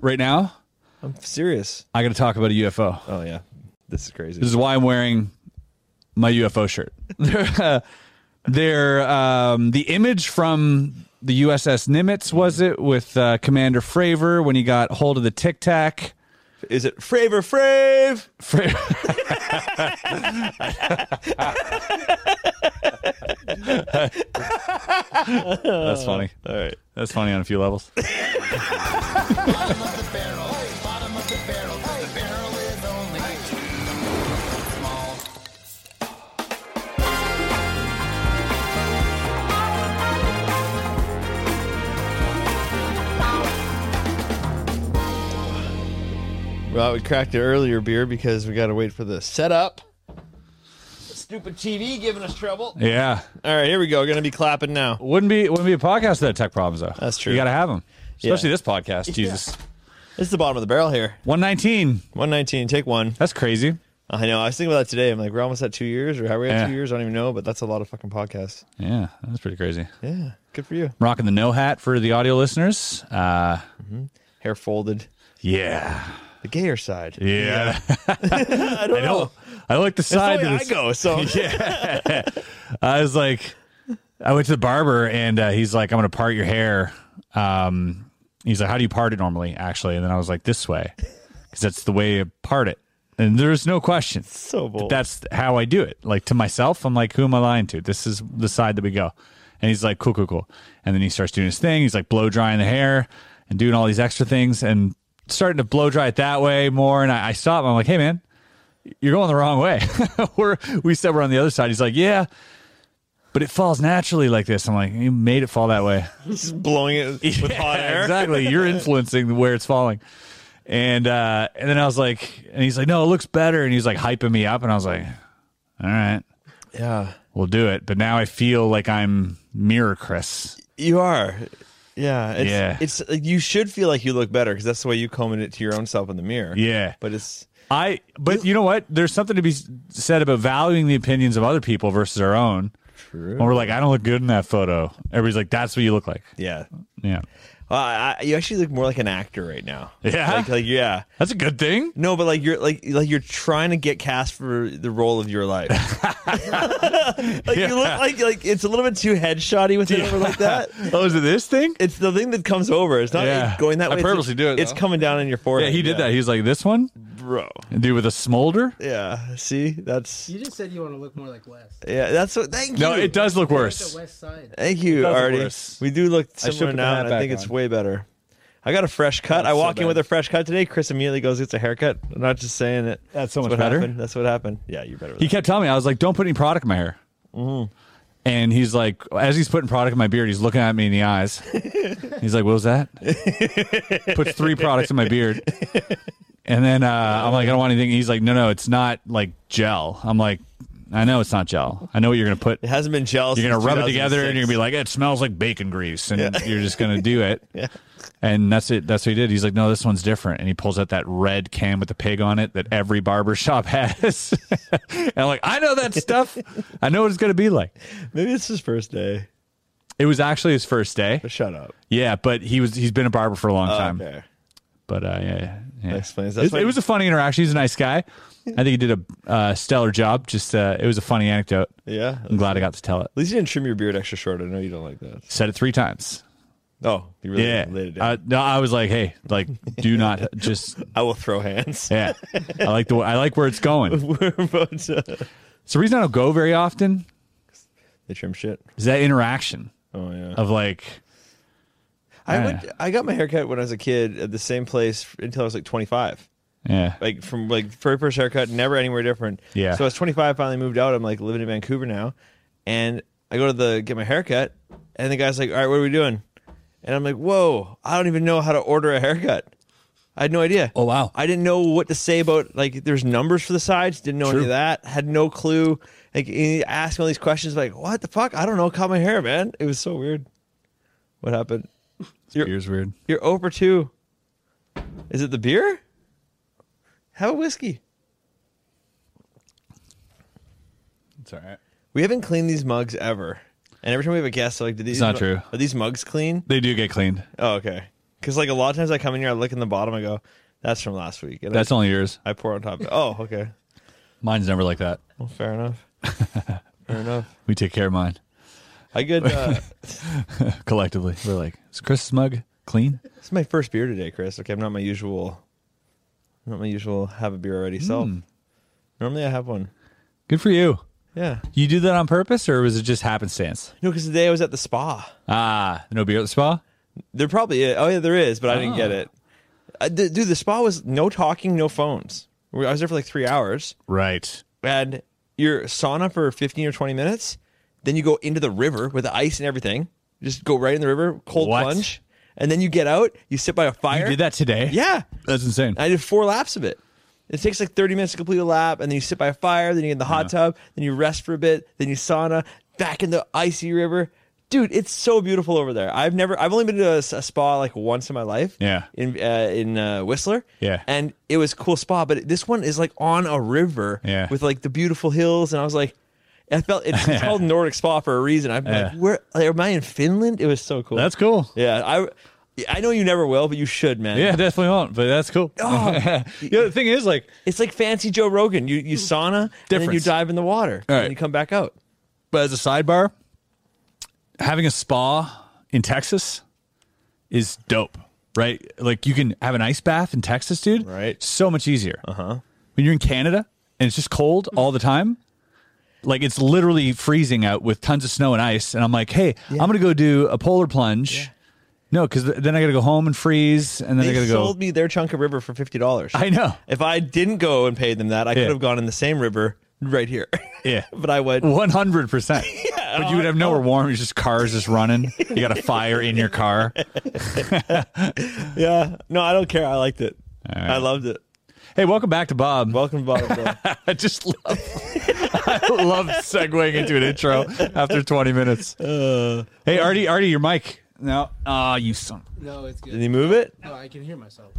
Right now, I'm serious. I got to talk about a UFO. Oh yeah, this is crazy. This is why I'm wearing my UFO shirt. they're, uh, they're, um, the image from the USS Nimitz, was it, with uh, Commander Fravor when he got hold of the Tic Tac? Is it Fravor Frave? Fra- That's funny. All right. That's funny on a few levels. Well, we cracked the earlier beer because we got to wait for the setup. Stupid TV giving us trouble. Yeah, All right, here we go. We're gonna be clapping now. wouldn't be wouldn't be a podcast without tech problems though. That's true. You got to have them, Yeah. especially this podcast. Jesus, This is the bottom of the barrel here. one nineteen. 119. Take one. That's crazy. I know. I was thinking about that today. I'm like, we're almost at two years, or how are we at Yeah. two years? I don't even know, but that's a lot of fucking podcasts. Yeah, that's pretty crazy. Yeah, good for you. Rocking the no hat for the audio listeners. Uh, Hair folded. yeah, The gayer side. yeah. I don't know. I like the That's side the way that I is- go. So I was like, I went to the barber and uh, he's like, I'm gonna part your hair. Um, he's like, How do you part it normally? Actually, and then I was like, This way, because that's the way you part it. And there's no question. so bold. That's how I do it. Like to myself, I'm like, Who am I lying to? This is the side that we go. And he's like, Cool, cool, cool. And then he starts doing his thing. He's like blow drying the hair and doing all these extra things and starting to blow dry it that way more. And I, I stop. I'm like, Hey, man. You're going the wrong way. we're, we said we're on the other side. He's like, yeah, but it falls naturally like this. I'm like, you made it fall that way. Just blowing it with hot air. exactly. You're influencing where it's falling. And uh, and then I was like, and he's like, no, it looks better. And he's like hyping me up, and I was like, all right, Yeah, we'll do it. But now I feel like I'm Mirror Chris. you are. Yeah, it's, Yeah. It's like, you should feel like you look better because that's the way you combing it to your own self in the mirror. Yeah. but it's I. But you know what? There's something to be s- said about valuing the opinions of other people versus our own. True. When we're like, I don't look good in that photo. Everybody's like, that's what you look like. yeah. Yeah. Uh, I, you actually look more like an actor right now. Yeah? like, like yeah. That's a good thing. No, but like you're like like you're trying to get cast for the role of your life. like you look like like it's a little bit too headshotty with it over like that. Oh, is it this thing? It's the thing that comes over. It's not Yeah. going that I way. purposely it's, do it, It's though. coming down on your forehead. Yeah, he did that. He was like, this one? bro. Dude with a smolder? Yeah, see, that's You just said you want to look more like West. yeah, that's what. Thank No, you. it does look The worse. West Side. Thank you, does look Artie. worse. We do look should similar put the now, hat and I back think it's on. way better. I got a fresh cut. I so walk in bad. with a fresh cut today. Chris immediately goes gets a haircut. I'm not just saying it. That's so much what better. Happened. That's what happened. Yeah, you're better. With He that. kept telling me, I was like, don't put any product in my hair. And he's like, as he's putting product in my beard, he's looking at me in the eyes. he's like, what was that? Puts three products in my beard. And then uh, I'm like, I don't want anything. He's like, no, no, it's not like gel. I'm like, I know it's not gel. I know what you're going to put. It hasn't been jealous. You're going to rub it together and you're going to be like, it smells like bacon grease. And you're just going to do it. And that's it. That's what he did. He's like, no, this one's different. And he pulls out that red can with the pig on it that every barber shop has. and I'm like, I know that stuff. I know what it's going to be like. maybe it's his first day. It was actually his first day. Shut up. Yeah, but he was he's been a barber for a long time. Oh, Okay. But uh, yeah, yeah, yeah. That explains- It, that's was- why- it was a funny interaction. He's a nice guy. I think he did a uh, stellar job. Just uh, it was a funny anecdote. Yeah. I'm glad I got to tell it. At least you didn't trim your beard extra short. I know you don't like that. Said it three times. Oh, you really Yeah. laid it down. Uh, no, I was like, hey, like, do not just. I will throw hands. Yeah, I like the way- I like where it's going. We're about to. It's the reason I don't go very often uh, They trim shit. is that interaction Oh yeah. of like, I yeah. went. I got my haircut when I was a kid at the same place until I was like 25. yeah, Like from like very first haircut, never anywhere different. Yeah. So I was 25. Finally moved out. I'm like living in Vancouver now, and I go to the get my haircut, and the guy's like, "All right, what are we doing?" And I'm like, "Whoa, I don't even know how to order a haircut." I had no idea. Oh, wow. I didn't know what to say about like there's numbers for the sides. Didn't know any of True. that. Had no clue. Like he asked me all these questions. Like what the fuck? I don't know. Cut my hair, man. It was so weird. What happened? You're- beer's weird. You're over two. Is it the beer? Have a whiskey. It's all right. We haven't cleaned these mugs ever. And every time we have a guest, they're like, did these not mu- true. Are these mugs clean? They do get cleaned. Oh, okay. Because like a lot of times I come in here, I look in the bottom, I go, that's from last week. And That's I, only yours. I pour on top of it. Oh, okay. Mine's never like that. Well, fair enough. fair enough. We take care of mine I get, uh, collectively. We're like, is Chris's mug clean? this is my first beer today, Chris. Okay, I'm not my usual, not my usual have a beer already self. Hmm. Normally I have one. Good for you. Yeah. You do that on purpose, or was it just happenstance? No, because today I was at the spa. Ah, no beer at the spa. There probably is. Oh yeah, there is, but I didn't Ah. get it. Uh, d- dude, the spa was no talking, no phones. We- I was there for like three hours, Right. and you're sauna for fifteen or twenty minutes. Then you go into the river with the ice and everything. Just go right in the river, cold What? plunge, and then you get out. You sit by a fire. You did that today? Yeah, That's insane. I did four laps of it. It takes like thirty minutes to complete a lap, and then you sit by a fire. Then you get in the hot tub. Then you rest for a bit. Then you sauna back in the icy river. Dude, it's so beautiful over there. I've never, I've only been to a, s- a spa like once in my life. Yeah. in uh, in uh, Whistler. Yeah. and it was a cool spa, but this one is like on a river. Yeah. with like the beautiful hills, and I was like, I felt it's, it's called Nordic Spa for a reason. I'm Yeah. like, where like, am I in Finland? It was so cool. That's cool. yeah. I I know you never will, but you should, man. Yeah, definitely won't. But that's cool. Oh. yeah, the thing is, like, It's like fancy Joe Rogan. You you sauna, and then you Hmm. Difference. dive in the water, and right. then you come back out. but as a sidebar, having a spa in Texas is dope, right? Like, you can have an ice bath in Texas, dude. Right. Uh-huh. So much easier. Uh huh. When you're in Canada and it's just cold all the time, like it's literally freezing out with tons of snow and ice, and I'm like, hey, I'm gonna go do a polar plunge. No, because then I gotta go home and freeze, and then I They gotta sold go. me their chunk of river for fifty dollars. I know. If I didn't go and pay them that, I Yeah. could have gone in the same river right here. Yeah. but I went. One hundred percent. But you would have nowhere warm. It's just cars just running. You got a fire in your car. Yeah. No, I don't care. I liked it. I loved it. Hey, welcome back to Bob. Welcome to Bottom Bill. I just love. I love segueing into an intro after twenty minutes. hey, Artie, Artie, your mic. No, ah, you son. No, it's good. Did he move it? No, I can hear myself.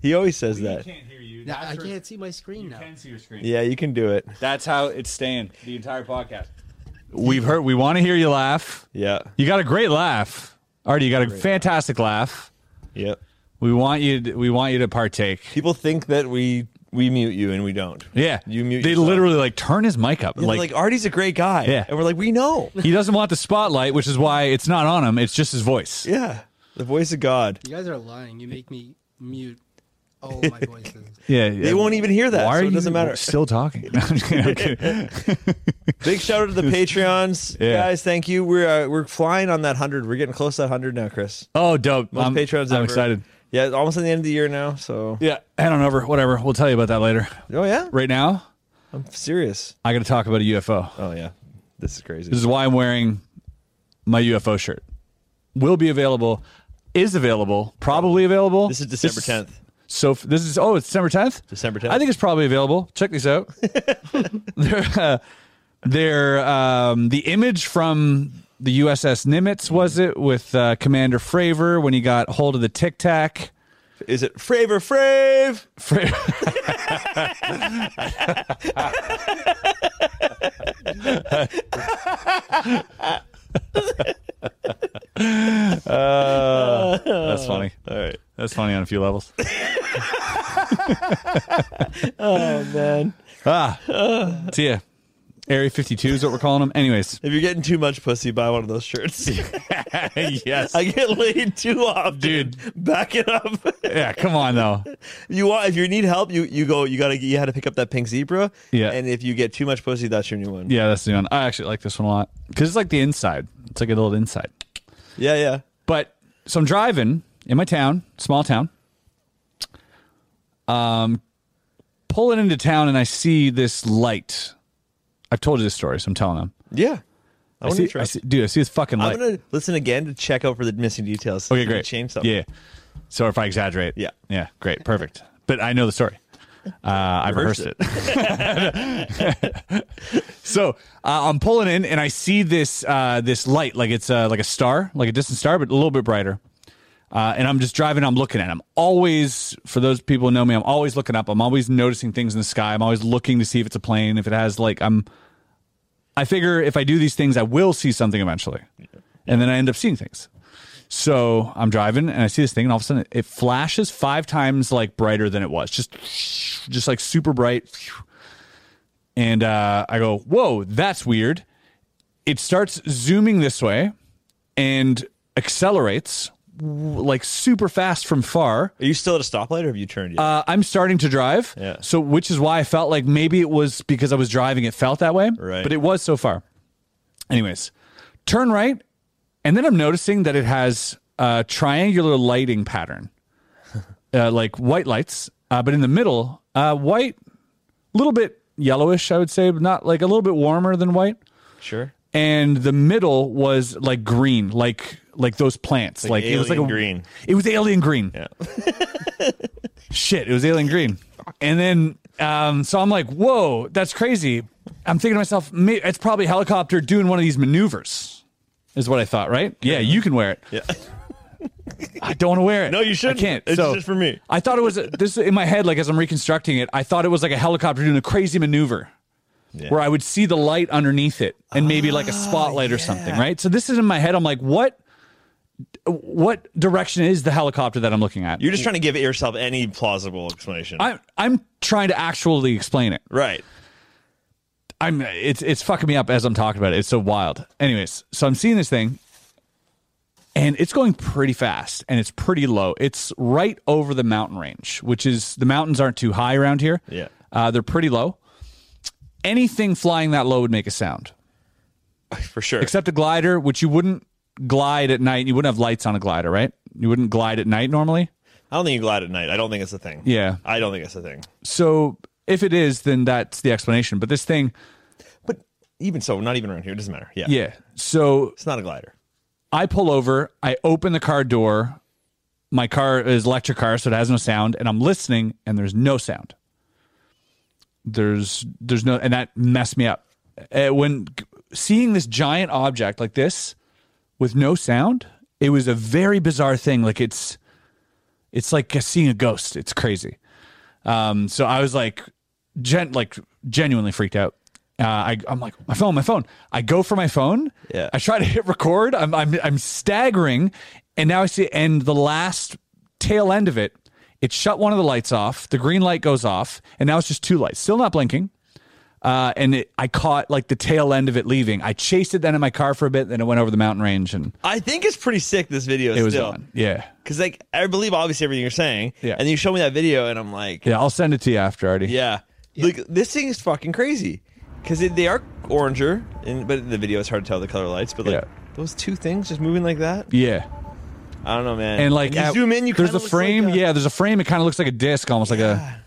He always says that. can't hear you. Nah, I can't see my screen now. see your screen. Yeah, you can do it. That's how it's staying the entire podcast. We've heard. We want to hear you laugh. Yeah. You got a great laugh, Artie. You got a fantastic laugh. Yep. We want you. To, we want you to partake. People think that we we mute you and we don't. Yeah, You mute. They yourself. literally like turn his mic up. They're like, like, Artie's a great guy. Yeah. And we're like, we know. he doesn't want the spotlight, which is why it's not on him. It's just his voice. Yeah. The voice of God. You guys are lying. You make me mute all my voices. Yeah, yeah. won't even hear that, Why so are it doesn't you matter. Still talking. No, I'm kidding, I'm kidding. Big shout out to the Patreons, Yeah. guys. Thank you. We're uh, we're flying on that hundred. We're getting close to that hundred now, Chris. oh, dope. Most I'm, Patreons. I'm ever. excited. Yeah, it's almost at the end of the year now. So Yeah, head on over. Whatever. We'll tell you about that later. oh yeah, Right now, I'm serious. I got to talk about a UFO. Oh yeah, this is crazy. This is why I'm wearing my UFO shirt. Will be available. Is available. Probably available. This is December This- tenth. So f- this is oh, it's December tenth. December 10th. I think it's probably available. Check this out. they're uh, they're um, the image from the USS Nimitz was it with uh, Commander Fravor when he got hold of the Tic Tac. Is it Fravor Frave? Fra- Uh, That's funny. All right. That's funny on a few levels. Oh man. Tia, Ah. Area 52 is what we're calling them. Anyways, If you're getting too much pussy, buy one of those shirts. yes. I get laid too often. Dude. Back it up. yeah, come on though. you want if you need help, you you go you gotta you had to pick up that pink zebra. Yeah. And if you get too much pussy, that's your new one. Yeah, that's the one. I actually like this one a lot because it's like the inside. It's like a little inside. Yeah, yeah. But so I'm driving in my town, small town. Um, pulling into town and I see this light. I've told you this story, so I'm telling them. Yeah. I I, want see, to I see, dude, I see this fucking light. I'm gonna listen again to check out for the missing details. Okay, Did it great. Change something. Yeah. So if I exaggerate, Yeah. yeah, great, perfect. But I know the story. Uh, I Rehearsed rehearsed it. so uh, I'm pulling in, and I see this uh, this light, like it's uh, like a star, like a distant star, but a little bit brighter. Uh, and I'm just driving. I'm looking at. it. I'm always, for those people who know me, I'm always looking up. I'm always noticing things in the sky. I'm always looking to see if it's a plane, if it has like I'm. I figure if I do these things, I will see something eventually, and then I end up seeing things. So I'm driving and I see this thing, and all of a sudden it flashes five times like brighter than it was, just just like super bright. And uh, I go, "Whoa, that's weird." It starts zooming this way and accelerates w- like super fast from far. Are you still at a stoplight or have you turned yet? Uh, I'm starting to drive, Yeah. so which is why I felt like maybe it was because I was driving. It felt that way, Right. But it was so far. Anyways, turn right, and then I'm noticing that it has a triangular lighting pattern, uh, like white lights, uh, but in the middle, uh, white, little bit yellowish, I would say, but not like a little bit warmer than white. sure. And the middle was like green, like like those plants, like, it was like a alien green. It was alien green. Shit, it was alien green. And then, um, so I'm like, whoa, that's crazy. I'm thinking to myself, "Ma- it's probably a helicopter doing one of these maneuvers, is what I thought, right? Yeah, you can wear it. Yeah. I don't want to wear it. No, you shouldn't. I can't. It's So, just for me. I thought it was this in my head, like as I'm reconstructing it, I thought it was like a helicopter doing a crazy maneuver where I would see the light underneath it and maybe like a spotlight or Ah, something, right? So this is in my head. I'm like, what? What direction is the helicopter that I'm looking at? You're just trying to give yourself any plausible explanation. I'm I'm trying to actually explain it. right. I'm it's it's fucking me up as I'm talking about it. It's so wild. Anyways, so I'm seeing this thing and it's going pretty fast and it's pretty low. It's right over the mountain range, which is the mountains aren't too high around here. Yeah. Uh, they're pretty low. Anything flying that low would make a sound. For sure. Except a glider, which you wouldn't glide at night. You wouldn't have lights on a glider, right? You wouldn't glide at night normally. I don't think you glide at night. I don't think it's a thing. Yeah. I don't think it's a thing. So if it is, then that's the explanation. But this thing, But even so, not even around here. It doesn't matter. Yeah. yeah. So It's not a glider. I pull over, I open the car door. My car is electric car, so it has no sound, and I'm listening and there's no sound. There's there's no and that messed me up. Uh, when g- seeing this giant object like this with no sound, it was a very bizarre thing. Like it's it's like seeing a ghost. It's crazy. Um, so I was like, gen like genuinely freaked out. Uh, I, I'm like, my phone, my phone. I go for my phone. Yeah. I try to hit record. I'm, I'm, I'm staggering, and now I see. And the last tail end of it, it shut one of the lights off. The green light goes off, and now it's just two lights, still not blinking. Uh, and it, I caught like the tail end of it leaving. I chased it then in my car for a bit, then it went over the mountain range, and I think it's pretty sick. This video. it was still. gone. Yeah, Because like I believe obviously everything you're saying. Yeah. And you show me that video, and I'm like, yeah. I'll send it to you after, Artie. Yeah. Like this thing is fucking crazy. Cause they- they are oranger, and but in the video it's hard to tell the color lights. But like Yeah. those two things just moving like that, yeah. I don't know, man. and like If you at- zoom in, you there's kinda a looks frame. like a- yeah, there's a frame. It kind of looks like a disc, almost like a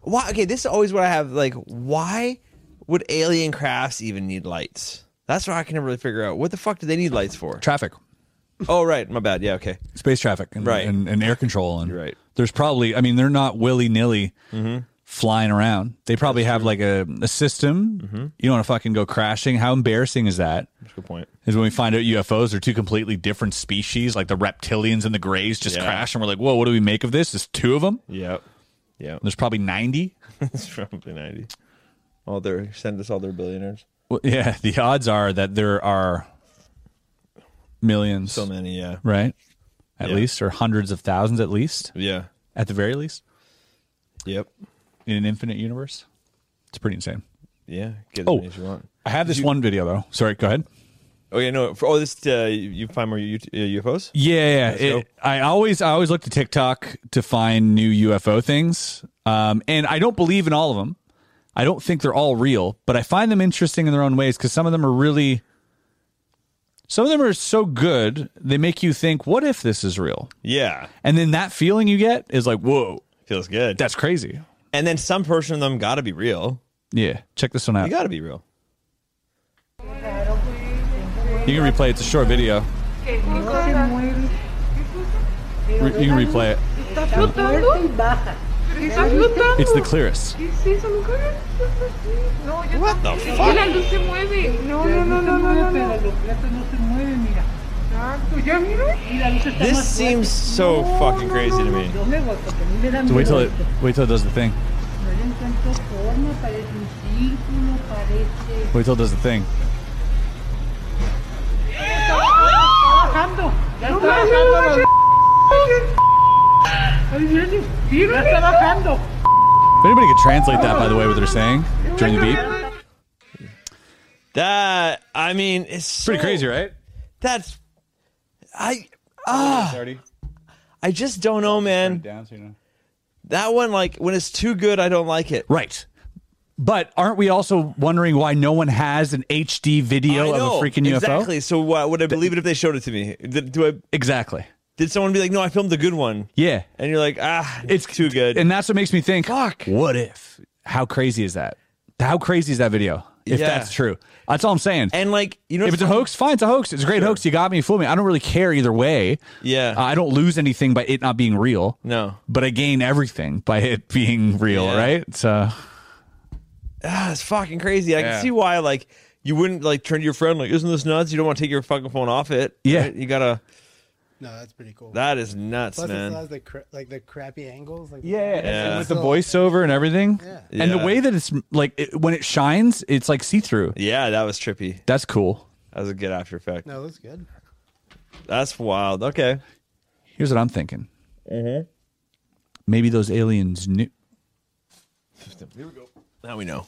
Why? Okay, this is always what I have. Like, why would alien crafts even need lights? That's what I can never really figure out. What the fuck do they need lights for? traffic, Oh, right. My bad. Yeah. Okay. space traffic, and, Right. and, and air control. And You're right. there's probably, I mean, they're not willy nilly Mm-hmm. flying around. They probably have like a, a system. Mm-hmm. You don't want to fucking go crashing. How embarrassing is that? That's a good point. Is when we find out UFOs are two completely different species, like the reptilians and the grays just Yeah. crash, and we're like, whoa, what do we make of this? There's two of them. Yep. Yep. There's probably ninety. it's probably ninety. All their send us all their billionaires. Well, yeah, the odds are that there are millions, So many, yeah, right? At Yeah. least, or hundreds of thousands, at least, yeah, at the very least, yep, in an infinite universe. It's pretty insane. yeah. Get as Oh. many as you want. I have this you- one video though. Sorry, go ahead. Oh yeah, no. For, oh, this uh, you- you find more U- uh, UFOs? Yeah, yeah. go. It, I always I always look to TikTok to find new UFO things, um, and I don't believe in all of them. I don't think they're all real, but I find them interesting in their own ways because some of them are really, some of them are so good they make you think, "What if this is real?" Yeah, And then that feeling you get is like, "Whoa, feels good. that's crazy." and then some portion of them got to be real. Yeah, check this one out. They got to be real. you can replay it. It's a short video. Re- you can replay it. Está flotando. Está flotando. It's the clearest. Sí, se me ocurre. No, yo What the fuck? La luz se mueve. No, no, no, no, no, no. no. Exacto, ya mira. This seems so fucking crazy to me. So wait till it. Wait till it does the thing. Wait till it does the thing. No, no, no, no. Ya está bajando. If anybody could translate that, by the way, what they're saying during the beat, That I mean, it's pretty so- crazy, right? That's I ah. I just don't know, man. That one, like, when it's too good, I don't like it. Right. But aren't we also wondering why no one has an HD video I know, of a freaking UFO? Exactly. So what, would I believe it if they showed it to me? Did, do I, Exactly. did someone be like, no, I filmed the good one? Yeah. And you're like, ah, it's too good. And that's what makes me think. Fuck. What if? How crazy is that? How crazy is that video? If Yeah. that's true, that's all I'm saying. And like, you know, if it's a hoax, fine, it's a hoax. It's a great hoax. You got me, you fooled me. I don't really care either way. Uh, Yeah. I don't lose anything by it not being real. No. But I gain everything by it being real, Yeah. right? uh, So ah, it's fucking crazy. I Yeah. can see why, like, you wouldn't like turn to your friend like, isn't this nuts? You don't want to take your fucking phone off it. Yeah. Right? You gotta. No, that's pretty cool. That is nuts, Plus, it still man. has the cra- like the crappy angles. Like Yeah. with the voiceover and everything. Yeah. And the Yeah. way that it's like it, when it shines, it's like see through. Yeah, that was trippy. That's cool. That was a good after effect. No, that's good. That's wild. Okay. Here's what I'm thinking. Mm-hmm. Maybe those aliens knew. Now we know.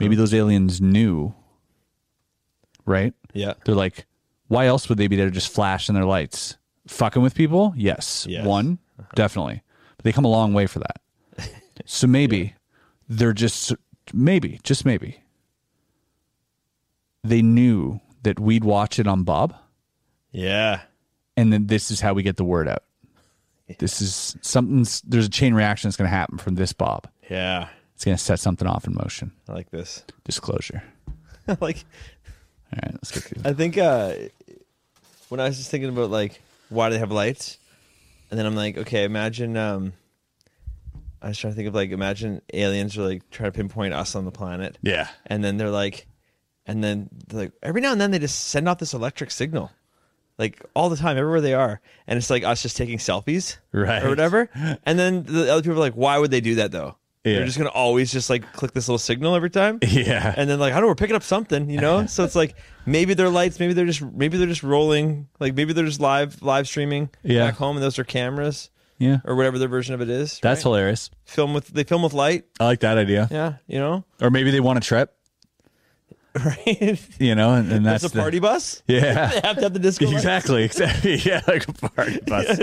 Maybe those aliens knew. Right? Yeah. They're like, why else would they be there just flashing their lights? Fucking with people? Yes. Yes. One, definitely. But they come a long way for that. So maybe they're just, maybe, just maybe, they knew that we'd watch it on Bob Yeah. and then this is how we get the word out. This is something's, there's a chain reaction that's going to happen from this Bob. Yeah. It's going to set something off in motion. I like this. Disclosure. like, All right, let's get through I think uh, when I was just thinking about like why do they have lights, and then I'm like, okay, imagine. Um, I was trying to think of like imagine aliens are like trying to pinpoint us on the planet. Yeah. and then they're like, and then they're like every now and then they just send out this electric signal, like all the time, everywhere they are, and it's like us just taking selfies, Right. or whatever. And then the other people are like, why would they do that though? Yeah. They're just gonna always just like click this little signal every time. Yeah. and then like I don't know, we're picking up something, you know. so it's like maybe they're lights, maybe they're just maybe they're just rolling, like maybe they're just live live streaming Yeah. back home, and those are cameras yeah. or whatever their version of it is. That's right? hilarious. film with they film with light, I like that idea. yeah, you know, Or maybe they want a trip, right? you know, and, and that's it's a party bus. The, yeah. They have to have the disco. lights. Exactly, exactly. Yeah, like a party bus.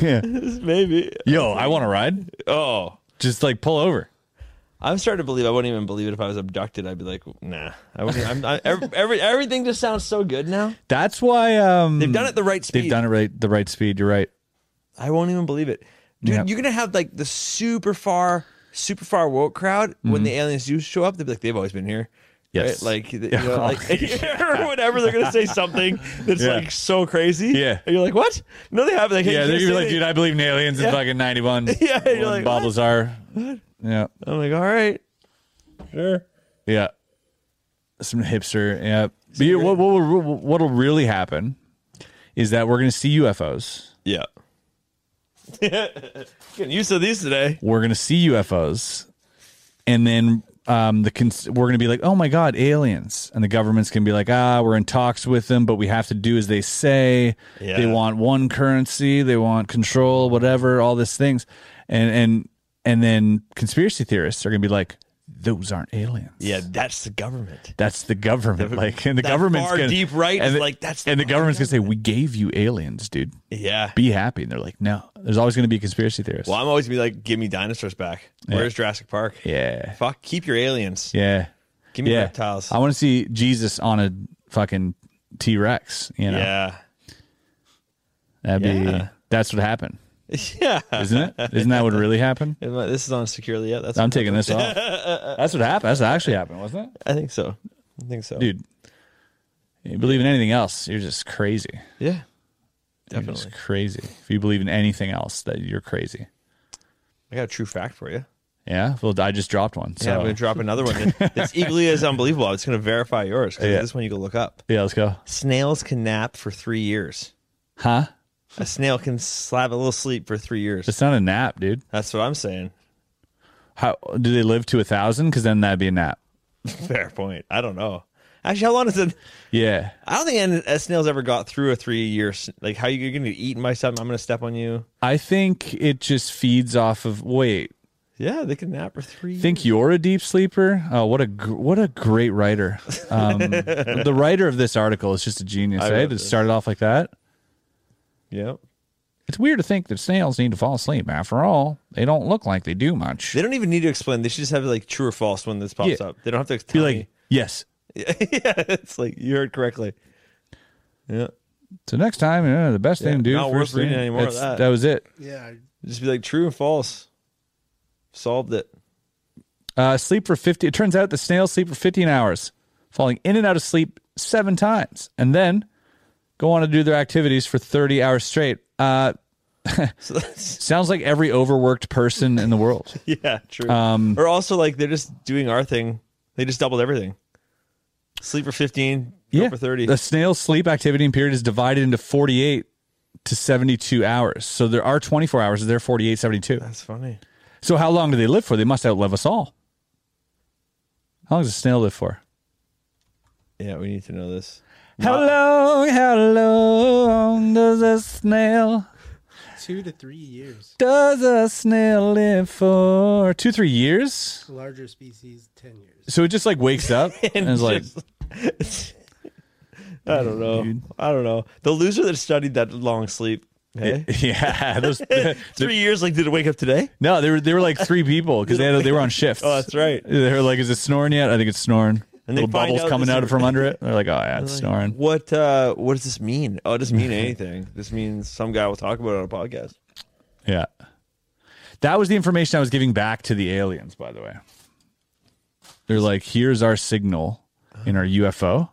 Yeah. maybe. Yo, I want to ride. Oh, Just like pull over. I'm starting to believe I wouldn't even believe it if I was abducted. I'd be like, nah. I wouldn't. I'm, I, every, every- everything just sounds so good now. That's why um They've done it the right speed. They've done it right the right speed, you're right. I won't even believe it. Dude, Yeah. you're gonna have like the super far, super far woke crowd when the aliens do show up. They'll be like, they've always been here. Mm-hmm. Yes. Right? Like, you know, like or whatever. They're gonna say something that's Yeah. like so crazy. Yeah. And you're like, what? No, they haven't. Like, Yeah, they're you can't gonna be say like, they- dude, I believe in aliens in Yeah. fucking ninety one. Yeah, you're like, Bob what? Lazar. Yeah. I'm like, all right. Sure. Yeah. Some hipster. Yeah. But you, what what will- what'll really happen is that we're gonna see UFOs. Yeah. Getting used to these today. we're going to see UFOs and then um, the cons- we're going to be like, oh my god, aliens, and the government's going to be like, ah, we're in talks with them, but we have to do as they say. Yeah. They want one currency, they want control, whatever, all these things, and and and then conspiracy theorists are going to be like, those aren't aliens. Yeah, that's the government. That's the government, like, and the that government's far gonna, deep right is and the- like, that's the and the government's gonna say, "We gave you aliens, dude. Yeah. Be happy." And they're like, "No." There's always gonna be a conspiracy theorists. Well, I'm always gonna be like, give me dinosaurs back. Where's Jurassic Park? yeah, Fuck, keep your aliens. yeah, Give me yeah. reptiles. I want to see Jesus on a fucking T Rex. You know, yeah. that'd be Yeah. that's what happened, Yeah. isn't it? Isn't that what really happened? Am I- This is on securely. Yeah, that's. I'm taking this off. That's what happened. That's what actually happened, wasn't it, I think so. I think so, dude? You believe in anything else? You're just crazy. Yeah, You're just definitely. crazy. If you believe in anything else, that you're crazy. I got a true fact for you. Yeah. Well, I just dropped one. So yeah, I'm gonna drop another one. It's equally as unbelievable. It's gonna verify yours. 'cause Yeah. This one you can look up. Yeah, let's go. Snails can nap for three years. Huh? A snail can slap a little sleep for three years. It's not a nap, dude. That's what I'm saying. How do they live to a thousand? Because then that'd be a nap. Fair point. I don't know. Actually, how long is it? Yeah. I don't think any- a snail's ever got through a three year. s- Like, how you, are gonna get eaten by something? I'm gonna step on you. I think it just feeds off of wait. Yeah, they can nap for three. Think you're a deep sleeper? Oh, what a gr- what a great writer! Um, the writer of this article is just a genius. I I wrote had to this. start it off like that. years. Yeah. It's weird to think that snails need to fall asleep. After all, they don't look like they do much. They don't even need to explain. They should just have like true or false when this pops Yeah. up. They don't have to be tell like, me. yes. yeah, it's like you heard correctly. Yeah, So next time, uh, the best thing to do. not worth first thing- reading anymore of That's- that. that was it. Yeah. just be like true and false. Solved it. Uh, sleep for 50. It turns out the snails sleep for 15 hours, falling in and out of sleep seven times, and then go on to do their activities for 30 hours straight. Uh, So that's, sounds like every overworked person in the world. yeah, true. Um, or also like they're just doing our thing. They just doubled everything. Sleep for fifteen. go for thirty. The snail's sleep activity and period is divided into 48 to 72 hours. So there are 24 hours, they're 48, 72. That's funny. So how long do they live for? They must outlive us all. How long does a snail live for? Yeah, we need to know this. How long, how long does a snail Two to three years. Does a snail live for two, three years? Larger species, 10 years. So it just like wakes up and, is like, I don't know. I don't know. The loser that studied that long sleep. Hey? yeah, those eh? Three years. Like, did it wake up today? no, they were they were like three people because they had, they were on shifts. Oh, that's right. They were like, is it snoring yet? I think it's snoring. And they Little find bubbles out coming this- out of from under it. They're like, oh yeah, it's snoring. What uh what does this mean? Oh, it doesn't mean anything. This means some guy will talk about it on a podcast. Yeah, that was the information I was giving back to the aliens. By the way, they're like, here's our signal in our UFO,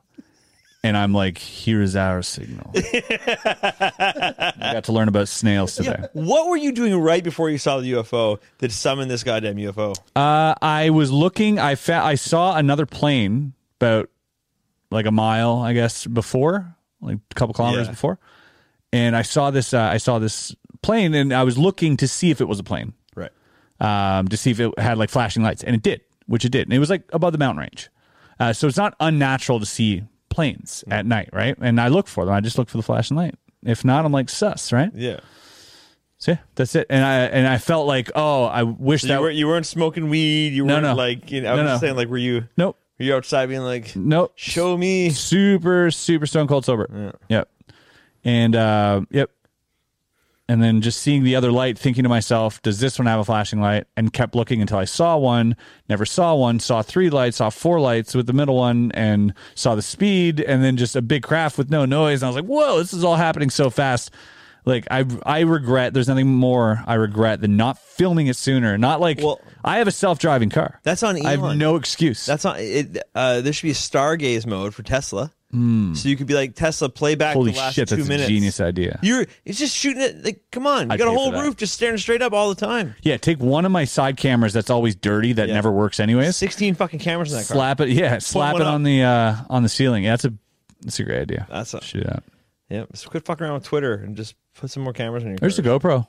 and I'm like, here's our signal. I got to learn about snails today. What were you doing right before you saw the UFO that summoned this goddamn UFO? Uh, I was looking. I fa- I saw another plane about like a mile, I guess, before, like a couple kilometers Yeah. before, and I saw this. Uh, I saw this plane, and I was looking to see if it was a plane, Right. um, to see if it had like flashing lights, and it did, which it did, and it was like above the mountain range. Uh, so it's not unnatural to see planes Mm. at night, right? And I look for them. I just look for the flashing light. If not, I'm like sus, right? Yeah. So yeah, that's it. And I and I felt like, oh, I wish So that you weren't you weren't smoking weed, you No, weren't no. like you know, I was No, just no. saying like were you nope, were you outside being like nope. show me super super stone cold sober. Yep. And uh, yep. And then just seeing the other light, thinking to myself, does this one have a flashing light? And kept looking until I saw one, never saw one, saw three lights, saw four lights with the middle one, and saw the speed, and then just a big craft with no noise. And I was like, whoa, this is all happening so fast. Like I, I regret. There's nothing more I regret than not filming it sooner. Not like Well- I have a self-driving car. That's on I have Elon. no excuse. That's not it. Uh, there should be a stargaze mode for Tesla. So you could be like Tesla, play back Hmm. holy the last shit. two That's a minutes. genius idea. You're it's just shooting it like come on, you I'd got a pay for whole that. roof just staring straight up all the time. Yeah, take one of my side cameras that's always dirty that Yeah. never works anyways. Sixteen fucking cameras in that car. slap it, yeah, slap one it up. on the uh, on the ceiling. Yeah, that's a that's a great idea. That's a- shoot out. Yeah, so quit fucking around with Twitter and just put some more cameras in your. There's a cars. GoPro.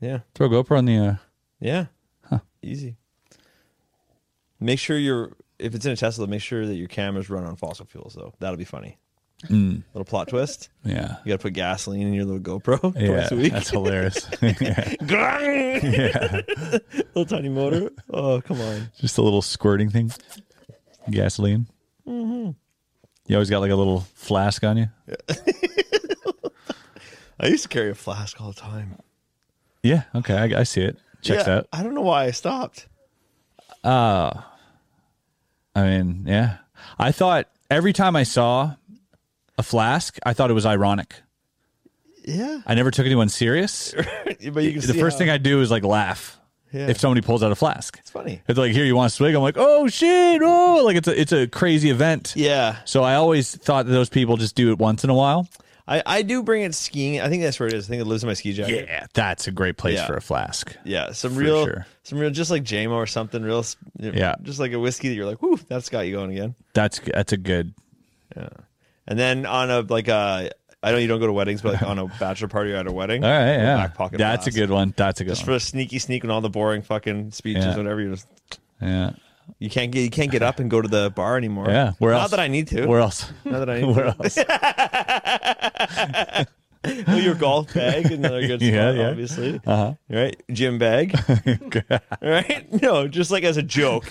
Yeah, Throw a GoPro on the. Uh, yeah, easy. Make sure you're if it's in a Tesla, make sure that your cameras run on fossil fuels though. That'll be funny. Hmm. Little plot twist. Yeah. You got to put gasoline in your little GoPro Yeah, twice a week. that's hilarious. yeah. little tiny motor. Oh, come on. Just a little squirting thing, gasoline. Mm-hmm. You always got like a little flask on you. I used to carry a flask all the time. Yeah, okay, I, I see it. Checks Yeah, out. I don't know why I stopped. I mean, yeah. I thought every time I saw a flask, I thought it was ironic. Yeah, I never took anyone serious. but you can the first thing I do is like laugh Yeah. if somebody pulls out a flask. It's funny. It's like here you want a swig. I'm like oh shit oh like it's a it's a crazy event. Yeah, So I always thought that those people just do it once in a while. I, I do bring it skiing. I think that's where it is. I think it lives in my ski jacket. Yeah, that's a great place Yeah. for a flask. Yeah, some For real, sure. some real, just like JMO or something real. s- Yeah. just like a whiskey that you're like, whoo, that's got you going again. That's that's a good. And then on a like a, I know you don't go to weddings, but like on a bachelor party or at a wedding, All right, a yeah. back pocket that's a flask. good one. That's a good Just for one. a sneaky sneak and all the boring fucking speeches, Yeah. whatever. You just yeah, you can't get you can't get up and go to the bar anymore. yeah. Where Not else? that I need to. Where else? Not that I need Where to. else? Well, your golf bag, another good spot, Yeah, yeah. obviously. Uh-huh. Right? Gym bag. right? No, just like as a joke.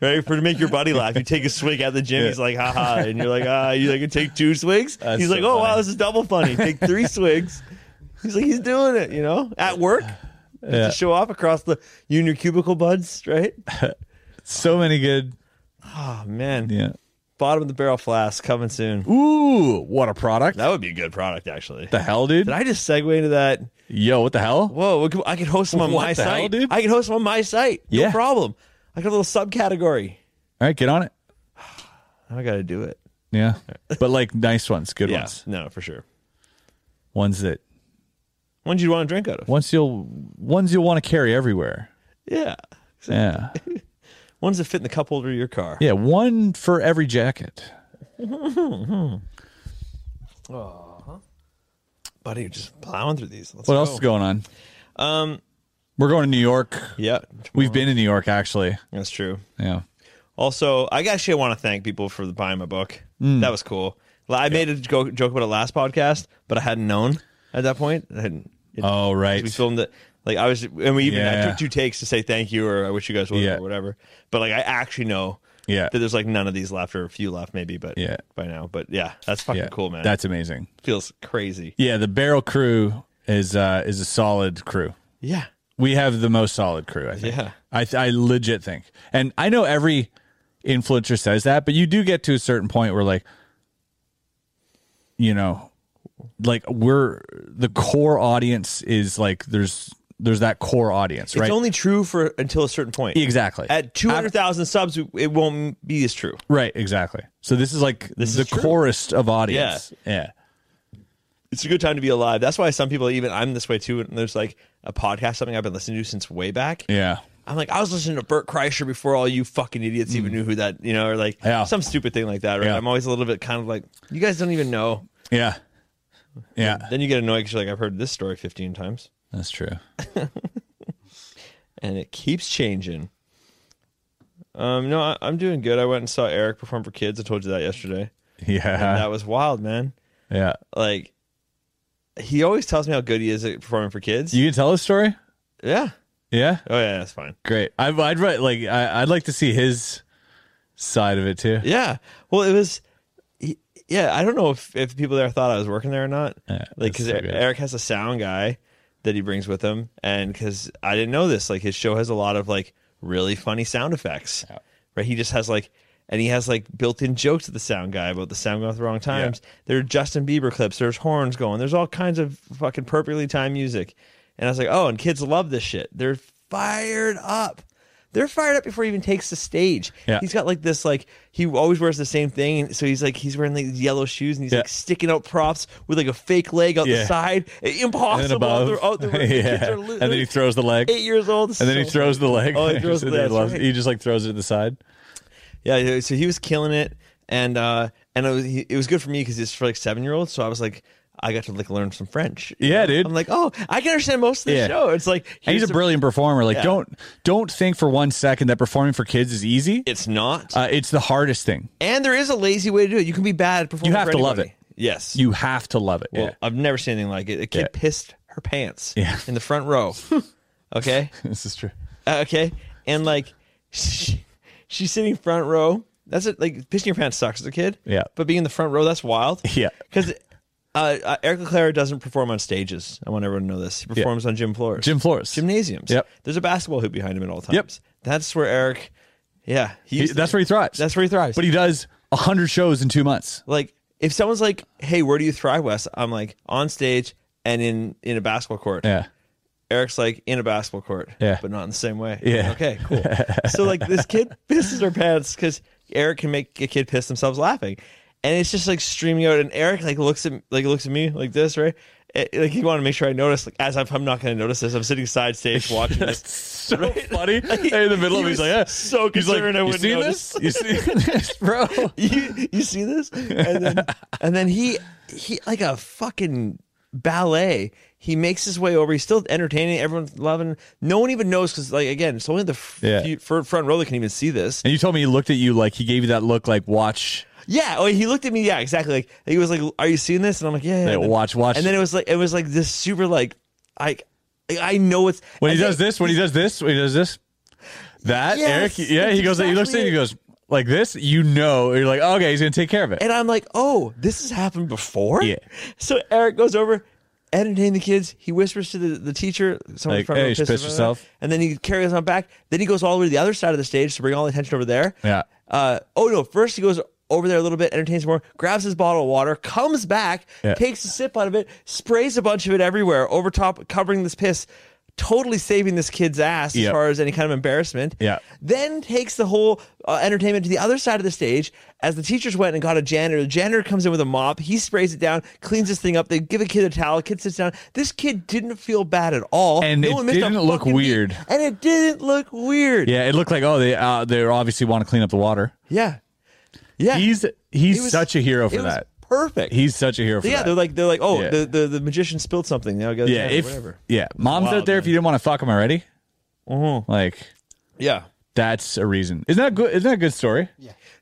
Right? For to make your buddy laugh. You take a swig at the gym, he's like, haha. And you're like, ah, you like take two swigs? That's he's so like, Oh wow, funny. this is double funny. Take three swigs. He's like, he's doing it, you know? At work. Yeah. To show off across the you and your cubicle buds, right? So many good. Oh man. Yeah. Bottom of the barrel flask coming soon. Ooh, what a product. That would be a good product actually. the hell, dude? Did I just segue into that? Yo, what the hell? Whoa, we could- I could host them on What my the hell, site. dude? I could host them on my site. No Yeah. problem. I got a little subcategory. All right, get on it. I got to do it. Yeah. But like nice ones, good ones. Yes. No, for sure. Ones that Ones you want to drink out of. once you'll ones you'll want to carry everywhere. Yeah. Yeah. Ones that fit in the cup holder of your car. Yeah, one for every jacket. Buddy, you're just plowing through these. Let's What go. else is going on? Um we're going to New York. Yeah. We've been in New York actually. That's true. Yeah. Also, I actually want to thank people for the buying my book. Mm. That was cool. Well, I made a joke, joke about it last podcast, but I hadn't known at that point. I hadn't. it- Oh, right. We filmed it. Like I was, and we even I Yeah. took two takes to say thank you or I wish you guys would Yeah. or whatever. But like I actually know Yeah. that there's like none of these left or a few left maybe, but Yeah. by now. But yeah, that's fucking Yeah. cool, man. That That's amazing. feels crazy. Yeah, the Barrel crew is uh is a solid crew. Yeah, We have the most solid crew, I think. Yeah. I, th- I legit think. And I know every influencer says that, but you do get to a certain point where, like, you know, like we're the core audience is like there's there's that core audience, it's right? only true for until a certain point. exactly. At two hundred thousand subs, it won't be as true. right, exactly. So this is like This the is true. corest of audience. Yeah. It's a good time to be alive. That's why some people, even I'm this way too. And there's like a podcast, something I've been listening to since way back. Yeah. I'm like, I was listening to Burt Kreischer before all you fucking idiots even knew who that, you know, or like Mm. Yeah. some stupid thing like that. Right? Yeah. I'm always a little bit kind of like, you guys don't even know. Yeah. Yeah. Then you get annoyed because you're like, I've heard this story 15 times, That's true. and it keeps changing. Um, no, I, I'm doing good. I went and saw Eric perform for kids. I told you that yesterday. And that Yeah. was wild, man. Yeah. Like, he always tells me how good he is at performing for kids. You can tell a story? yeah. Yeah. Oh yeah, that's fine. Great. I, I'd ri- like. I, I'd like to see his side of it too. Yeah. Well, it was. he- Yeah, I don't know if, if people there thought I was working there or not. Yeah, like, that's because so good. Eric has a sound guy that he brings with him, and because I didn't know this, like his show has a lot of like really funny sound effects. Right? He just has like, and he has like built-in jokes with the sound guy about the sound going at the wrong times. There are Justin Bieber clips. There's horns going. There's all kinds of fucking perfectly timed music. And I was like, oh, and kids love this shit. They're fired up. They're fired up before he even takes the stage. Yeah. He's got like this, like he always wears the same thing, and so he's like he's wearing like these yellow shoes, and he's Yeah. like sticking out props with like a fake leg out Yeah. the side, And then impossible. out above, there- out there, oh, the kids yeah. are lo- And then he throws the leg, eight and years old, then he throws the leg. Oh, he throws And the- he that's loves- right. He just like throws it to the side. Yeah, yeah, so he was killing it, and uh, and it was, he, it was good for me because it's for like seven year olds. So I was like, I got to like learn some French. you Yeah, dude. I'm like, oh, I can understand most of the Yeah. show. It's like And he's here's a the- brilliant performer. Like, Yeah. don't don't think for one second that performing for kids is easy. It's not, Uh, it's the hardest thing. and there is a lazy way to do it. You can be bad at performing. You have for to love anybody. Yes, You have to love it. Well, yeah. I've never seen anything like it. A kid Yeah. pissed her pants Yeah. in the front row. okay. this is true. Uh, okay. And like she, she's sitting front row. That's it. Like pissing your pants sucks as a kid. Yeah. But being in the front row, that's wild. Yeah. Because uh, uh, Eric Leclaire doesn't perform on stages. I want everyone to know this. He performs on gym floors. Gym floors. Gymnasiums. Yep. There's a basketball hoop behind him at all times. Yep. That's where Eric. Yeah. He- that's where he thrives. That's where he thrives. But he does hundred shows in two months. like if someone's like, "Hey, where do you thrive, Wes?" I'm like on stage and in in a basketball court. Yeah. Eric's like in a basketball court, Yeah. but not in the same way. Yeah. Okay, cool. so like this kid pisses her pants because Eric can make a kid piss themselves laughing, and it's just like streaming out. And Eric like looks at like looks at me like this, right? Eh, like he wanted to make sure I noticed. Like as I'm, I'm not going to notice this. I'm sitting side stage watching this. So funny. in the middle He of it, he's was like, yeah. so he's like, concerned I you wouldn't see notice." this? You see this, bro? you, you see this? And then and then he he like a fucking ballet. He makes his way over. He's still entertaining. Everyone's loving. No one even knows because like again, it's only the f- Yeah. few, fr- front row that can even see this. And you told me he looked at you like he gave you that look, like watch. Yeah. Oh, he looked at me. Yeah, exactly. Like he was like, "Are you seeing this?" And I'm like, "Yeah." yeah." Like, And then- watch, watch. And then it was like it was like this super like I I know it's When he and does then- this, when he does this, when he does this, that Yes, Eric, yeah, he goes, that's he looks at exactly you, he it. goes like this. You know, you're like, okay, he's gonna take care of it. And I'm like, oh, this has happened before? Yeah. So Eric goes over, entertain the kids. He whispers to the, the teacher, someone Like, in front "Hey, of you him, should piss pissed him off." yourself. And then he carries on back. Then he goes all the way to the other side of the stage to bring all the attention over there. Yeah. Uh, oh, no. First, he goes over there a little bit, entertains more, grabs his bottle of water, comes back, Yeah. takes a sip out of it, sprays a bunch of it everywhere, over top, covering this piss. Totally saving this kid's ass Yeah. as far as any kind of embarrassment Yeah. then takes the whole uh, entertainment to the other side of the stage as the teachers went and got a janitor. The janitor comes in with a mop. He sprays it down, cleans this thing up. They give a kid a towel. Kid sits down. This kid didn't feel bad at all. And it missed a didn't look fucking beat. weird. And it didn't look weird. Yeah, it looked like oh they uh, they obviously want to clean up the water. Yeah. Yeah. He's he's It was- such a hero it for was that. Perfect. He's such a hero for yeah, that. they're like they're like, oh, Yeah. the, the the magician spilled something. Now I got yeah, if whatever. yeah, moms Wild, out there, if man. Mm-hmm. you didn't want to fuck him already, like Yeah. that's a reason. Isn't that good? Isn't that a good story?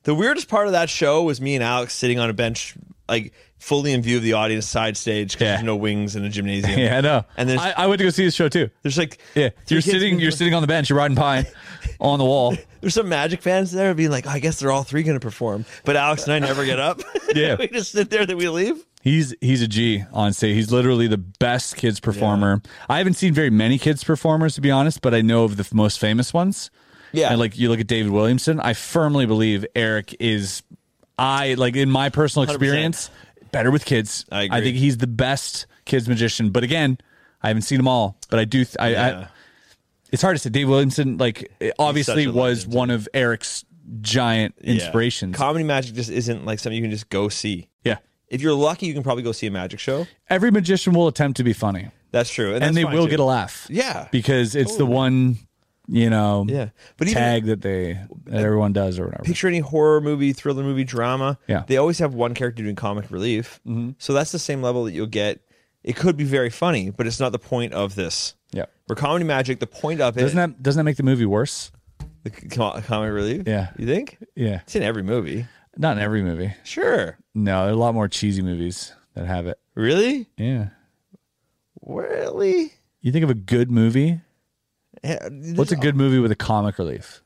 The weirdest part of that show was me and Alex sitting on a bench, like fully in view of the audience side stage because Yeah. there's no wings in a gymnasium. Yeah, I know. And there's I, I went to go see his show too. there's like Yeah, three you're kids sitting being- you're sitting on the bench, you're riding pine on the wall. There's some magic fans there being like, oh, I guess they're all three going to perform, but Alex and I never get up. Yeah. we just sit there, then we leave. He's he's a G on stage. He's literally the best kids performer. I haven't seen very many kids performers to be honest, but I know of the f- most famous ones. Yeah. and like you look at David Williamson, I firmly believe Eric is. I like in my personal 100%. experience, better with kids. I agree. I think he's the best kids magician. But again, I haven't seen them all. But I do. Th- I, I, it's hard to say. Dave Williamson, like it obviously, such a was legend, one of Eric's giant inspirations. Comedy magic just isn't like something you can just go see. yeah, If you're lucky, you can probably go see a magic show. every magician will attempt to be funny, That's true, and, and that's they fine, will too. get a laugh. Yeah. because it's the one, you know, Yeah. But even- tag that they that everyone does or whatever. picture any horror movie, thriller movie, drama. Yeah. Mm-hmm. They always have one character doing comic relief. So that's the same level that you'll get. It could be very funny, but it's not the point of this. Yeah. For comedy magic, the point of it Doesn't that doesn't that make the movie worse? the co- comic relief. Yeah. You think? Yeah. It's in every movie. Not in every movie. Sure. No, there are a lot more cheesy movies that have it. Really? Yeah. Really? You think of a good movie? Yeah, What's a there's- good movie with a comic relief?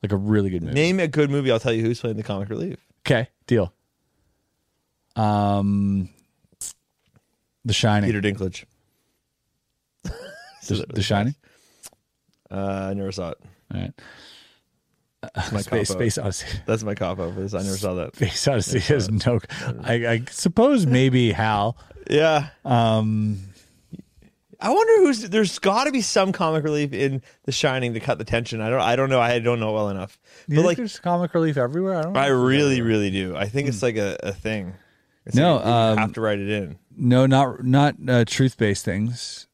Like a really good movie. name a good movie? I'll tell you who's playing the comic relief. Okay, deal. Um The Shining. Peter Dinklage. the, The Shining. Uh, I never saw it. All right. my Space, cop-out. Space Odyssey. That's my cop out for this. I never saw that. Space Odyssey is no. I, I suppose maybe Hal. Yeah. Um, I wonder who's there's got to be some comic relief in The Shining to cut the tension. I don't I don't know. I don't know well enough. do you But think like there's comic relief everywhere. I don't. I really really do. I think it's like a, a thing. It's No, like you um, have to write it in. no, not not uh, truth based things.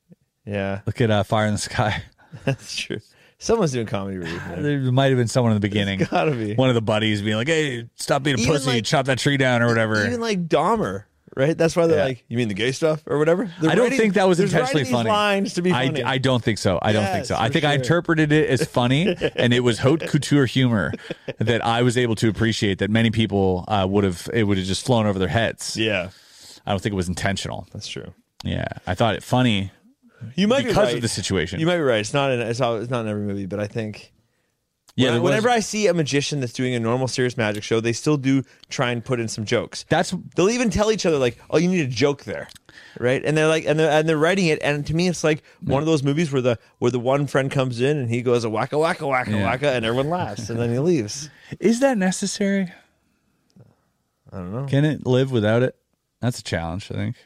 Yeah, Look at uh, Fire in the Sky. that's true. Someone's doing comedy relief. man. There might have been someone in the beginning. gotta be. One of the buddies being like, hey, stop being a Even pussy, like- chop that tree down or whatever. Even like Dahmer, right? That's why they're Yeah. like, you mean the gay stuff or whatever? They're I don't writing- think that was they're intentionally writing these funny. Lines to be I- funny. I, don't think so. I don't think Yes, so. I for think I sure. interpreted it as funny, and it was haute couture humor that I was able to appreciate. That many people uh, would have it would have just flown over their heads. yeah, I don't think it was intentional. that's true. Yeah, I thought it funny You might be because right. of the situation. You might be right. It's not in it's, not- it's not in every movie, but I think yeah, when- there was- whenever I see a magician that's doing a normal serious magic show, they still do try and put in some jokes. that's They'll even tell each other like, "Oh, you need a joke there," right? And they're like, and they're and they're writing it. And to me, it's like one of those movies where the where the one friend comes in and he goes a wacka wacka wacka Yeah. wacka, and everyone laughs, and then he leaves. is that necessary? I don't know. Can it live without it? That's a challenge. I think.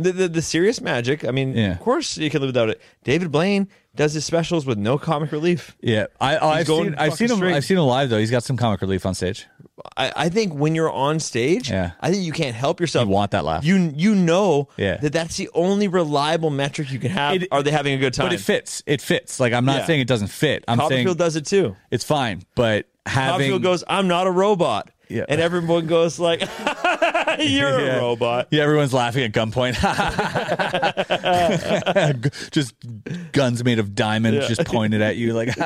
The, the the serious magic. I mean, Yeah. of course you can live without it. David Blaine does his specials with no comic relief. Yeah, I, oh, I've going seen I've fucking seen him straight. I've seen him live though. He's got some comic relief on stage. I, I think when you're on stage, Yeah. I think you can't help yourself. You want that laugh. You you know Yeah. that that's the only reliable metric you can have. It- Are they having a good time? But it fits. It fits. Like I'm not Yeah. saying it doesn't fit. I'm Copperfield saying does it too. it's fine. But having Copperfield goes, "I'm not a robot," Yeah. and everyone goes like, "You're Yeah. a robot." yeah, everyone's laughing at gunpoint. just guns made of diamonds just pointed at you like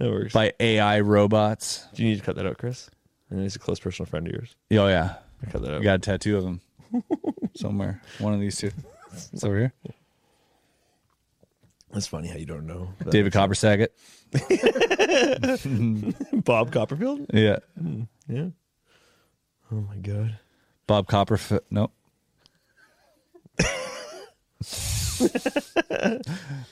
That works. by AI robots. Do you need to cut that out, Chris? I know he's a close personal friend of yours. Oh yeah, I cut that I out. got a tattoo of them somewhere. One of these two. It's over here. That's funny how you don't know that. David Copper Saget. Bob Copperfield. Yeah, Yeah. Oh my god. Bob Copper. Nope.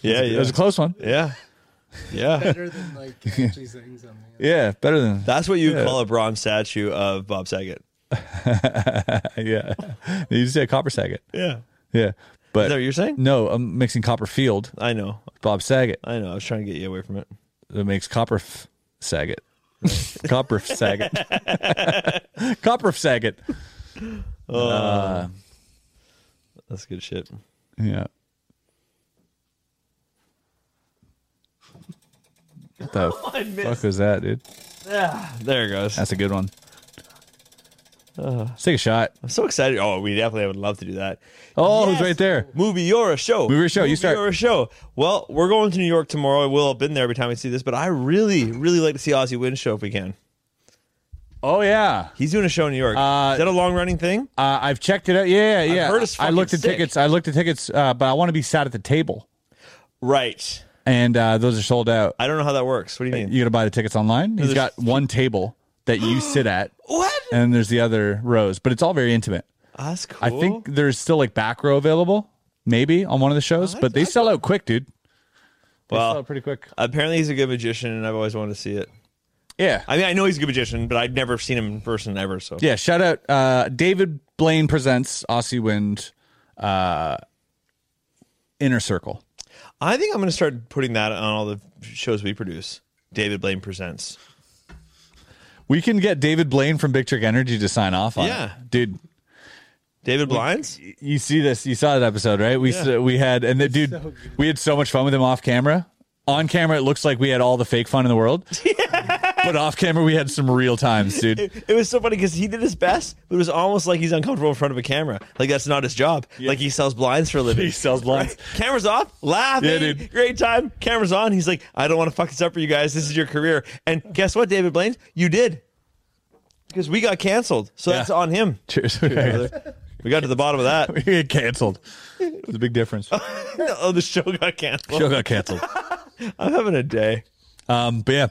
Yeah, It was a close one. yeah, yeah. Better than like actually saying something. Yeah, better than That's what you call a bronze statue of Bob Saget. yeah. You just said Copper Saget. Yeah. Yeah, but Is that what you're saying? No, I'm mixing Copperfield, I know. Bob Saget. I know. I was trying to get you away from it. That makes Copper f- Saget. Copper f- Saget. Copper f- Saget. Uh, That's good shit. yeah. What the Oh, fuck was that, dude? There it goes. That's a good one. Let's take a shot. I'm so excited. Oh, we definitely would love to do that. Oh, Yes! it's right there. Movie You're a show. Movie You're a show. You start. You're a show. Well, we're going to New York tomorrow. We'll have been there every time we see this, but I really, really like to see Ozzy Wynn show if we can. Oh yeah. He's doing a show in New York. Uh, Is that a long running thing? Uh, I've checked it out. Yeah, yeah. heard it's I looked at fucking sick. tickets. I looked at tickets, uh, but I want to be sat at the table, Right. and uh, those are sold out. I don't know how that works. What do you mean? You gonna buy the tickets online? He's there's- got one table that you sit at, what? and then there's the other rows, but it's all very intimate. Oh, that's cool. I think there's still like back row available, maybe on one of the shows, but they sell out quick, dude. They Well- sell out pretty quick. apparently he's a good magician, and I've always wanted to see it. Yeah, I mean, I know he's a good magician, but I've never seen him in person ever. So yeah. Shout out, uh, David Blaine presents Aussie Wind, uh, Inner Circle. I think I'm going to start putting that on all the shows we produce. David Blaine presents. We can get David Blaine from Big Trick Energy to sign off on. it. Yeah. dude. David Blinds. you see this you saw that episode right we s we had and the dude we had so much fun with him off camera on camera it looks like we had all the fake fun in the world but off camera we had some real times dude It was so funny because he did his best, but it was almost like he's uncomfortable in front of a camera. Like that's not his job. Like he sells blinds for a living. He sells blinds. Cameras off, laughing, Yeah, dude. great time. Cameras on. He's like, I don't want to fuck this up for you guys. This is your career. And guess what, David Blaine? You did. Because we got canceled. So Yeah. that's on him. cheers We got to the bottom of that. we get canceled it was a big difference oh, the show got canceled. show got canceled I'm having a day. um but yeah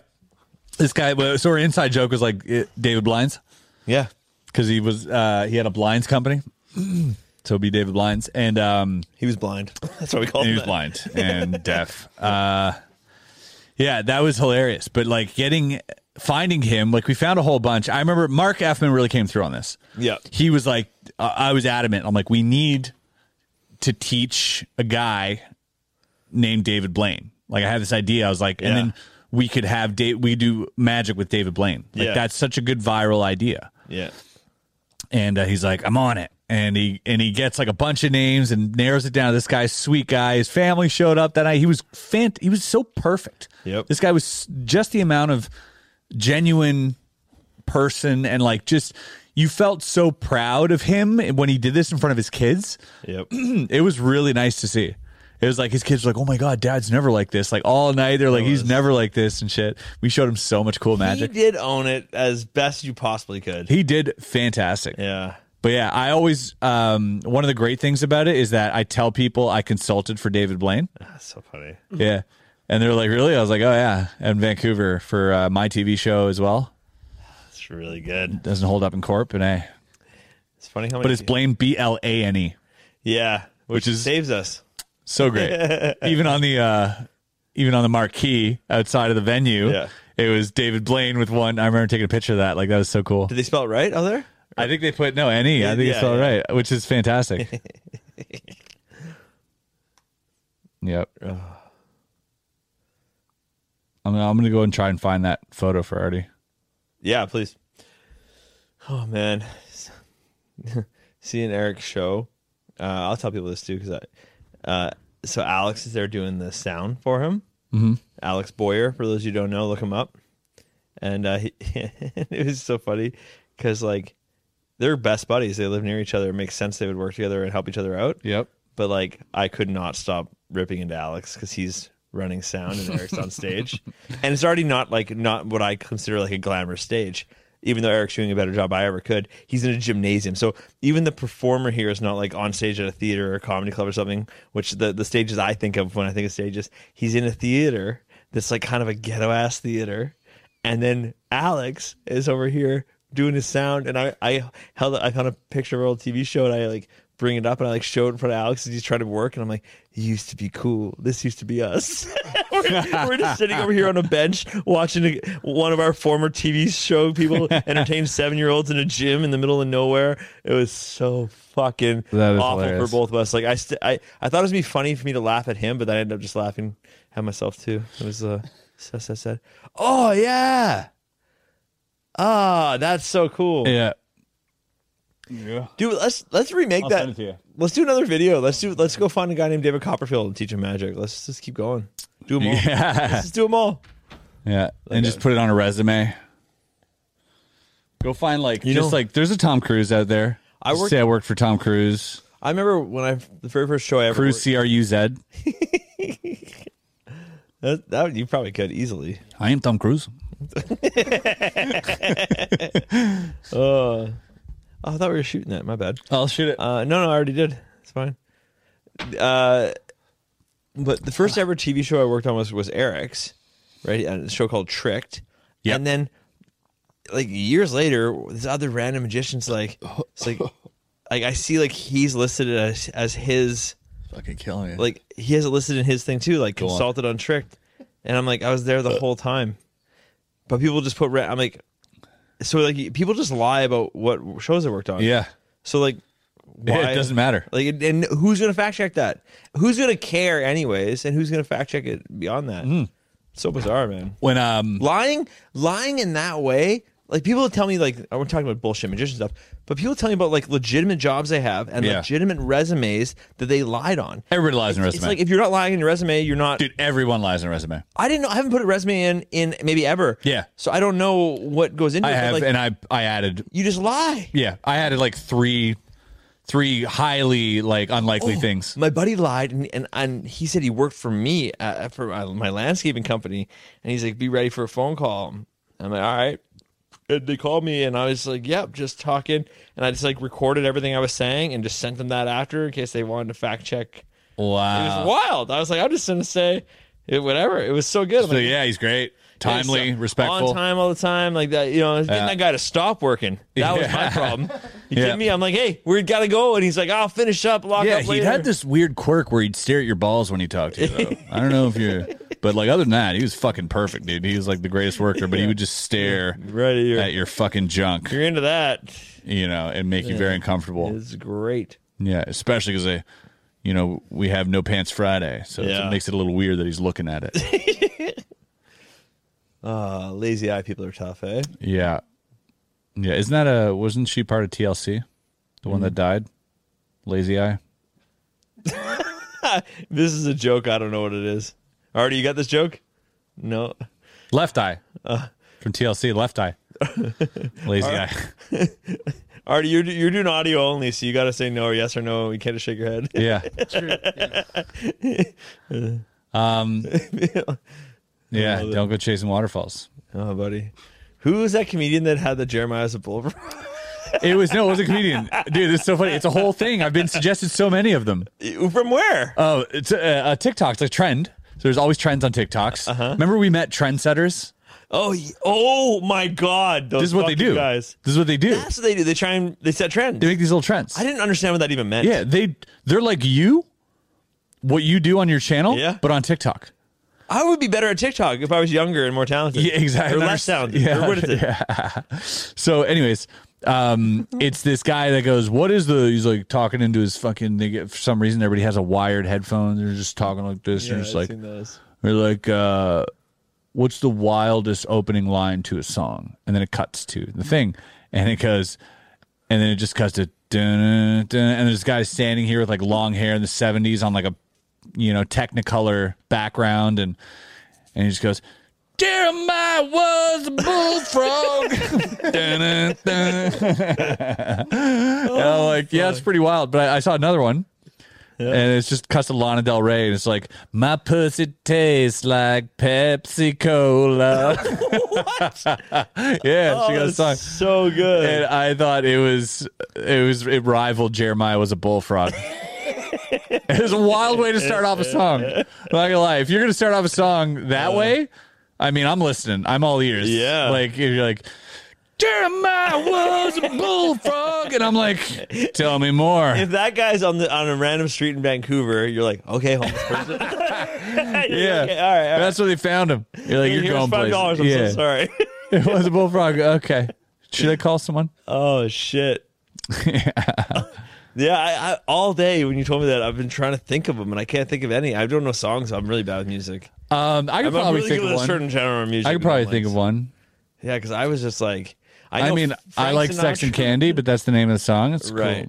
this guy well, so our inside joke was like it, david blinds Yeah. because he was uh he had a blinds company so it'd be david blinds and um He was blind. That's what we called And he was him. that. blind and deaf. Uh, yeah, that was hilarious. But like getting finding him, like we found a whole bunch. I remember Mark Effman really came through on this. Yeah. he was like, I I was adamant. I'm like, we need to teach a guy named David Blaine. Like I had this idea. I was like, and Yeah. then we could have da- we do magic with David Blaine. Like Yeah. that's such a good viral idea Yeah. and uh, he's like, "I'm on it." And he and he gets like a bunch of names and narrows it down. to This guy's sweet guy. His family showed up that night. He was fant. He was so perfect. Yep. This guy was just the amount of genuine person and like just you felt so proud of him when he did this in front of his kids. Yep. it was really nice to see. It was like his kids were like, "Oh my god, dad's never like this." Like all night they're like, "He's never like this" and shit. We showed him so much cool He magic. did own it as best you possibly could. He did fantastic. Yeah. But yeah, I always um one of the great things about it is that I tell people I consulted for David Blaine. That's so funny. Yeah. And they're like, "Really?" I was like, "Oh yeah." And Vancouver for uh, my TV show as well. That's really good. Doesn't hold up in corp and I It's funny how much. but it's Blaine B L A N E. Yeah. Which is- saves us. So great. even on the uh even on the marquee outside of the venue, Yeah. it was David Blaine with one. I remember taking a picture of that. Like that was so cool. Did they spell it right out there? I think they put no any. I think Yeah, it's all yeah. right, which is fantastic. yep. I'm gonna, I'm gonna go and try and find that photo for Artie. Yeah, please. Oh man, seeing Eric's show. Uh, I'll tell people this too because I. Uh, so Alex is there doing the sound for him. Alex Boyer, for those you don't know, look him up. And uh, he, it was so funny because like they're best buddies. They live near each other. It makes sense they would work together and help each other out. Yep. But like I could not stop ripping into Alex because he's running sound and Eric's on stage, and it's already not like not what I consider like a glamorous stage. Even though Eric's doing a better job I ever could, he's in a gymnasium. So even the performer here is not like on stage at a theater or a comedy club or something, which the, the stages I think of when I think of stages, he's in a theater that's like kind of a ghetto ass theater. And then Alex is over here doing his sound, and I, I held I found a picture of our old TV show, and I like bring it up, and I like show it in front of Alex, and he's trying to work, and I'm like, "It used to be cool. This used to be us. we're, we're just sitting over here on a bench watching a, one of our former TV show people entertain seven year olds in a gym in the middle of nowhere. It was so fucking That is awful hilarious. for both of us. Like I, st- I, I thought it was gonna be funny for me to laugh at him, but then I ended up just laughing at myself too. It was uh, so so sad. Oh yeah. Ah, that's so cool, Yeah. dude. Let's let's remake that. send it to you. Let's do another video. Let's do. Let's go find a guy named David Copperfield and teach him magic. Let's just keep going. Do them all. Yeah. Let's just do them all. Yeah. And just put it on a resume. Go find like You just know- like there's a Tom Cruise out there. I Just worked- say I worked for Tom Cruise. I remember when I the very first show I ever Cruise C R U Z. worked- that, that you probably could easily. I am Tom Cruise. Oh, I thought we were shooting that. My bad. I'll shoot it. Uh, no, no, I already did. It's fine. Uh, but the first ever TV show I worked on was was Eric's, right? A show called Tricked. Yep. And then, like years later, this other random magician's like, it's like, like I see like he's listed as as his Fucking killing it. like he has it listed in his thing too, like on. Uh. consulted on Tricked, and I'm like I was there the whole time, but people just put ra- I'm like, so like people just lie about what shows they worked on. yeah. So like, why It doesn't matter. like, and who's gonna fact check that? Who's gonna care, anyways? And who's gonna fact check it beyond that? Mm. So bizarre, man. When um Lying, lying in that way. Like people tell me, like we're talking about bullshit magician stuff, but people tell me about like legitimate jobs they have and Yeah. legitimate resumes that they lied on. everybody lies in a resume. It's like if you're not lying in your resume, you're not. Dude, everyone lies in a resume. I didn't know. I haven't put a resume in in maybe ever. Yeah. So I don't know what goes into I it. but, have, like, and I I added, you just lie. yeah, I added like three, three highly like Oh, unlikely things. My buddy lied, and and, and he said he worked for me uh, for my, my landscaping company, and he's like, "Be ready for a phone call." And I'm like, "All right." And they called me, and I was like, "Yep, just talking," and I just like recorded everything I was saying, and just sent them that after in case they wanted to fact check. It was Wow. wild. I was like, "I'm just gonna say." It, whatever. It was so good. I'm So like, yeah, he's great, Yeah, timely, so- respectful. on time all the time, like that. You know, getting Yeah. that guy to stop working. That was my Yeah. problem. You Yeah. kidding me? I'm like, hey, we gotta go, and he's like, I'll finish up, lock Yeah, up he later. had this weird quirk where he'd stare at your balls when he talked to you. Though. I don't know if you, but like other than that, he was fucking perfect, dude. He was like the greatest worker, but he would just stare Right at your- at your fucking junk, You're into that. you know, and make you very uncomfortable. It's great. Yeah, especially because they, you know, we have no pants Friday, so Yeah. it makes it a little weird that he's looking at it. Uh, lazy eye people are tough, eh? yeah, yeah. Isn't that a? Wasn't she part of TLC, the one that died? Lazy Eye. This is a joke. I don't know what it is. Artie, you got this joke? No. Left Eye. From TLC, Left Eye. Lazy guy. Artie, you're do- you're doing audio only, so you got to say no or yes or no. You can't just shake your head. Yeah. True. Yeah. Um, yeah. Don't go chasing waterfalls. oh, buddy, who was that comedian that had the Jeremiah's of Boulevard? It was no, it was a comedian, dude. It's so funny. It's a whole thing. I've been suggested so many of them. From where? Oh, it's a, uh TikTok. It's a trend. So there's always trends on TikToks. Uh-huh. Remember we met trendsetters. Oh, y- oh my God! Those This is what they fucking do. guys. This is what they do. That's what they do. They try and they set trends. They make these little trends. I didn't understand what that even meant. Yeah, they they're like you, what you do on your channel, Yeah. but on TikTok. I would be better at TikTok if I was younger and more talented. Yeah, exactly. Or less talented. Yeah, Or what is it? So, anyways, um, it's this guy that goes, "What is the?" He's like talking into his fucking. They get, for some reason, everybody has a wired headphone. They're just talking like this. Yeah, and I've just like seen those. they're like, uh, "What's the wildest opening line to a song?" And then it cuts to the thing, and it goes, and then it just cuts to, dun, dun, dun, and there's this guy standing here with like long hair in the '70s on like a, you know, Technicolor background, and and he just goes. Jeremiah was a bullfrog. Dun, dun, dun. And I'm like, yeah, it's pretty wild. But I, I saw another one, and it's just cuts to Lana Del Rey, and it's like, my pussy tastes like Pepsi Cola. yeah, she got a That's song. so good. And I thought it was, it was, it rivaled Jeremiah was a bullfrog. it was a wild way to start off a song. Not gonna lie, if you're gonna start off a song that way, I mean, I'm listening. I'm all ears. Yeah. like if you're like. Jeremiah was a bullfrog, and I'm like, tell me more. if that guy's on the on a random street in Vancouver, you're like, okay, homeless person. Yeah. yeah. Okay, all right. All right. That's where they found him. You're like, you're Here's going places. five dollars. I'm yeah. so sorry. It was a bullfrog. Okay. Should I call someone? oh shit. yeah. I, I, all day when you told me that, I've been trying to think of them, and I can't think of any. I don't know songs. I'm really bad with music. Um, I could I'm not probably really think good of with one. a certain genre of music. I could that probably I'm think of like- one. Yeah, because I was just like, I, I know mean, I Frank like Sex and Sinatra- Candy, but that's the name of the song. It's Right.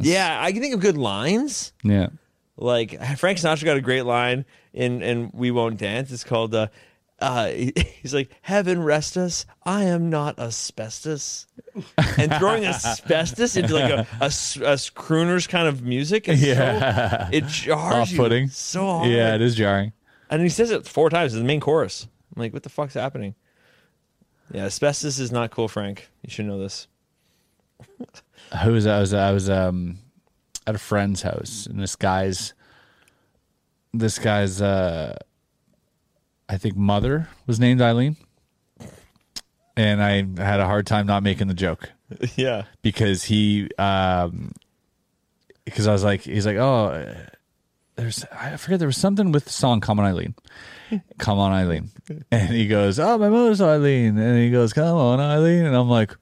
Yeah, I can think of good lines. cool. Yeah. Like Frank Sinatra got a great line in and we won't dance. It's called uh, uh he's like heaven rest us. I am not asbestos. and throwing asbestos into like a, a, s- a s- crooner's kind of music is Yeah. so it jars Off-putting. you so hard. Yeah, it is jarring. And he says it four times in the main chorus. I'm like, what the fuck's happening? Yeah, asbestos is not cool, Frank. You should know this. I was I was I was um at a friend's house and this guy's this guy's uh I think mother was named Eileen. And I had a hard time not making the joke. yeah. because he um because I was like he's like oh uh, there's I forget there was something with the song Come on Eileen Come on Eileen and he goes oh my mother's Eileen and he goes Come on Eileen and I'm like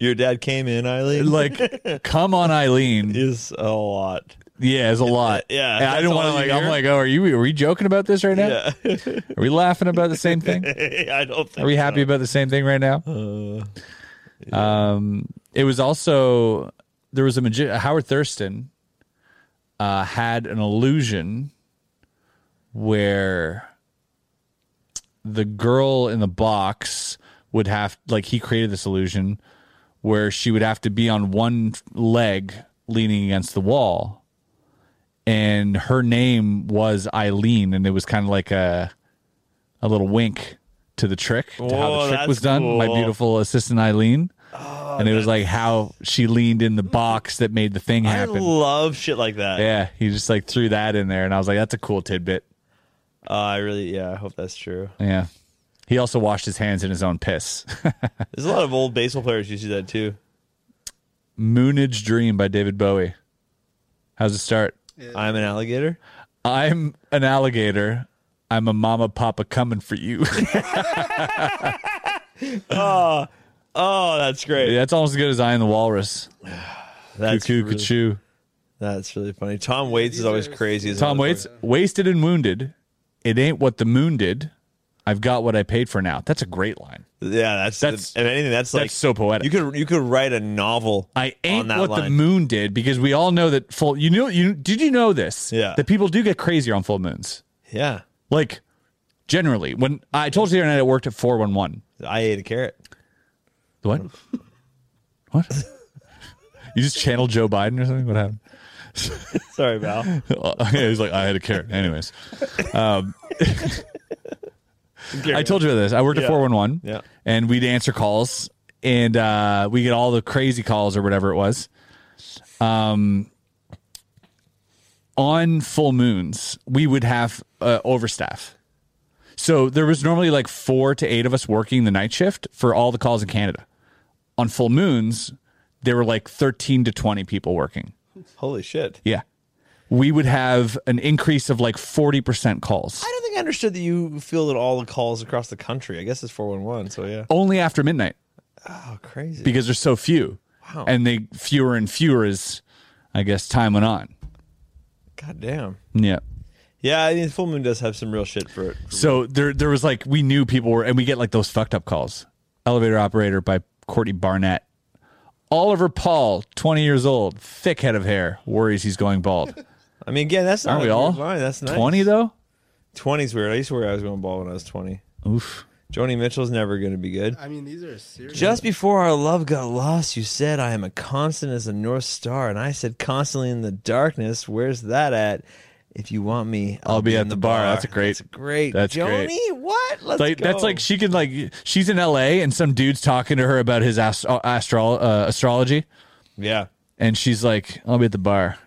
Your dad came in, Eileen. like Come on Eileen is a lot. yeah it's a lot Yeah, and I that's didn't want to all like you I'm hear? like oh are you are we joking about this right now Yeah. are we laughing about the same thing I don't think Are we happy about the same thing right now? Um, it was also there was a magi- Howard Thurston uh, had an illusion where the girl in the box would have like he created this illusion where she would have to be on one leg leaning against the wall and her name was Eileen and it was kind of like a a little wink to the trick to how Whoa, the trick that's was done my cool. Oh, beautiful assistant Eileen and it was like how she leaned in the box that made the thing I happen love shit like that. yeah he just like threw that in there and I was like that's a cool tidbit Uh, I really, yeah, I hope that's true. yeah he also washed his hands in his own piss There's a lot of old baseball players who do that too. Moonage Dream by David Bowie. How's it start? I'm an alligator. I'm an alligator. I'm a mama papa coming for you. Oh, that's great. That's almost as good as I am the walrus. that's, Cuckoo, really, cuckoo. that's really funny. Tom Waits is always crazy. As a Tom Waits, wasted and wounded. It ain't what the moon did. I've got what I paid for now. That's a great line. motherfucker. Yeah, that's That's- that's. If anything, that's like That's so poetic. You could you could write a novel. I on ain't that what line. the moon did because we all know that full. You know, you did you know this? Yeah. That people do get crazier on full moons. Yeah, Like generally, when I told you the other night I worked at four one one. I ate a carrot. The what? what? you just channeled Joe Biden or something? What happened? Uh, Sorry, Val. yeah, he's like, I had a carrot. Anyways, I told you this. I worked Yeah. at 411 Yeah. and we'd answer calls and uh, we get all the crazy calls or whatever it was. Um, on full moons, we would have uh, overstaff. So there was normally like four to eight of us working the night shift for all the calls in Canada. On full moons, there were like 13 to 20 people working. Holy shit. Yeah. We would have an increase of like 40% calls I don't think I understood that you fielded all the calls across the country. I guess it's 411, so yeah. only after midnight. Oh, crazy. because there's so few, Wow. and they fewer and fewer as I guess time went on. God damn. Yeah. Yeah, I mean, Full Moon does have some real shit for it. So there, there was like we knew people were, and we get like those fucked up calls. Elevator operator by Courtney Barnett. Oliver Paul, 20 years old, thick head of hair, worries he's going bald. I mean, again, that's not Aren't a we weird all? Line. That's nice. 20 though. 20's weird. I used to worry I was going bald when I was 20. Oof. Joni Mitchell's never going to be good. I mean, these are serious. Just before our love got lost, you said, I am a constant as a North Star. And I said, constantly in the darkness. Where's that at? If you want me, I'll, I'll be in at the bar. That's a great- That's great. that's Joni, great. what? Let's Like that's go. like she can like she's in L.A. and some dude's talking to her about his astro- astro- uh, astrology, yeah. and she's like, "I'll be at the bar,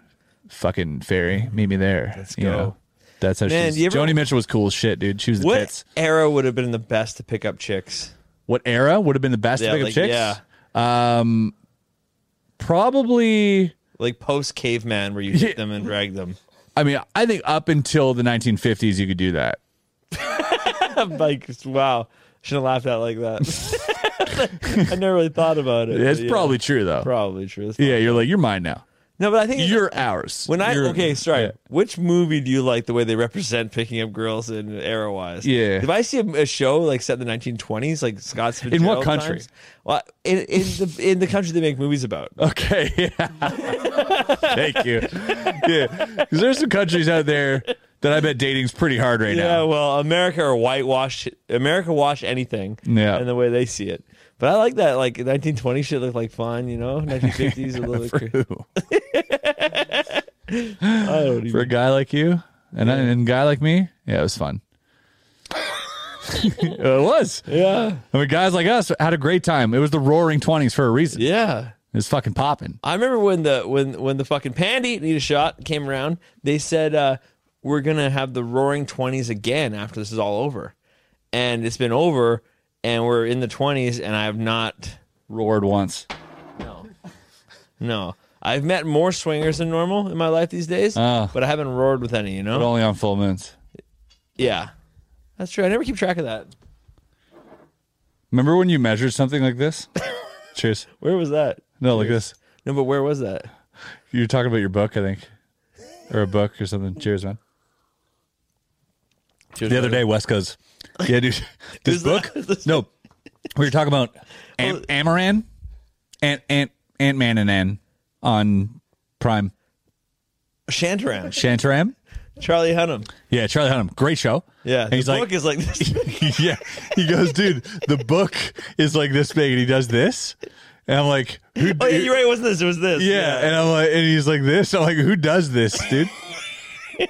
fucking fairy, meet me there." Let's you go. know? That's how Man, she's. you ever- Joni Mitchell was cool as shit, dude. She was the What tits. era would have been the best to pick up chicks? What era would have been the best Yeah, to pick like, up chicks? yeah. Um, probably. Like post caveman, where you hit them and drag them. I mean, I think up until the 1950s, you could do that. I'm like, wow, shouldn't have laughed at like that. I never really thought about it. It's but yeah, probably true though. probably true. It's Yeah, you're like you're mine now. No, but I think You're ours. when I You're- okay, sorry. Yeah. Which movie do you like the way they represent picking up girls in era wise? Yeah. If I see a, a show like set in the 1920s, like Scott's In what country? well, in, in the in the country they make movies about. Oh, Okay. Yeah. Thank you. Yeah. Because there's some countries out there that I bet dating's pretty hard right yeah, now. well, America or whitewash America wash anything. Yeah. and the way they see it. But I like that like 1920 shit looked like fun, you know. 1950s a little. For cra- who? I don't even For a guy like you and I- and a guy like me, yeah, it was fun. it was. Yeah. I mean, guys like us had a great time. It was the roaring 20s for a reason. Yeah. It was fucking popping. I remember when the when when the fucking Pandy need a shot came around, they said uh, we're gonna have the roaring twenties again after this is all over. And it's been over and we're in the twenties and I have not Roared once. no. I've met more swingers than normal in my life these days, Ah. but I haven't roared with any, you know? But only on full moons. yeah. That's true. I never keep track of that. Remember when you measured something like this? Cheers. Where was that? No, like this. No, but where was that? You were talking about your book, I think, or a book or something. Cheers, man. the other day, West goes, "Yeah, dude, this book." no, we were talking about Am- Amaran, Ant Ant Ant Man and Ann on Prime Shantaram. Shantaram. Charlie Hunnam. Yeah, Charlie Hunnam, great show. Yeah. and the he's book like, is like this. yeah. He goes, dude, the book is like this big, and he does this, and I'm like, who? Oh yeah, you're right, it wasn't this? It was this. Yeah, and I'm like, and he's like this. I'm like, who does this, dude?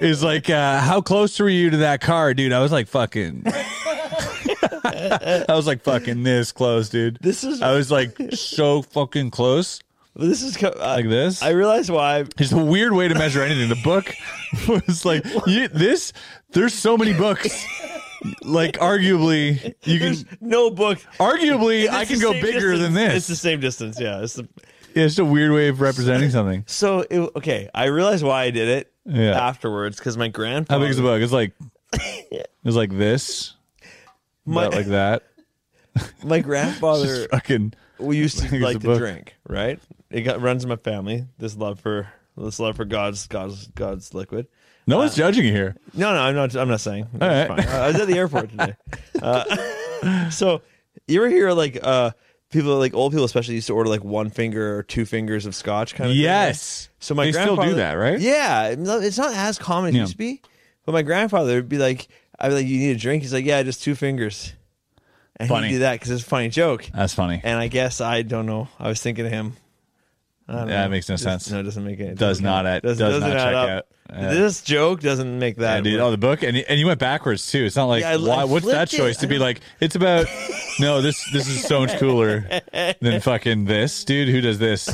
He's like, uh, how close were you to that car, dude? I was like, fucking. I was like, fucking this close, dude. This is- I was like, so fucking close, But This is co- uh, like this. I realize why. It's a weird way to measure anything. The book was like you, this. There's so many books. Like, arguably, you can. There's no book. Arguably, I It's can the go same bigger than distance. this. It's the same distance. Yeah. It's the, Yeah, it's a weird way of representing something. so it, okay, I realized why I did it Yeah. afterwards because my grandpa. How big is the book? It's like it's like this, My, about like that. my Just grandfather fucking we used big to is like the to book? drink. Right. It got, runs in my family. This love for this love for God's God's God's liquid. no Uh, one's judging you here. No, no, I'm not. I'm not saying. No, All it's right. fine. I was at the airport today. Uh, so you ever hear like uh, people, like old people especially, used to order like one finger or two fingers of scotch kind of. thing, right? Yes. So my They still do grandfather- that, right? Yeah, it's not as common as it Yeah. used to be. But my grandfather would be like, "I'd be like, you need a drink." He's like, "Yeah, just two fingers." and Funny. he did that because it's a funny joke. That's funny. And I guess I don't know. I was thinking of him. I don't Yeah, know. that makes no Just- sense. No, it doesn't make any. Does doesn't- not add- doesn't- does doesn't not add check up. out. Yeah. This joke doesn't make that. Yeah, dude. Oh, the book, and and you went backwards too. It's not like Yeah, I- I why, what's that flipped it. choice to be like? It's about no. This this is so much cooler than fucking this, dude. Who does this?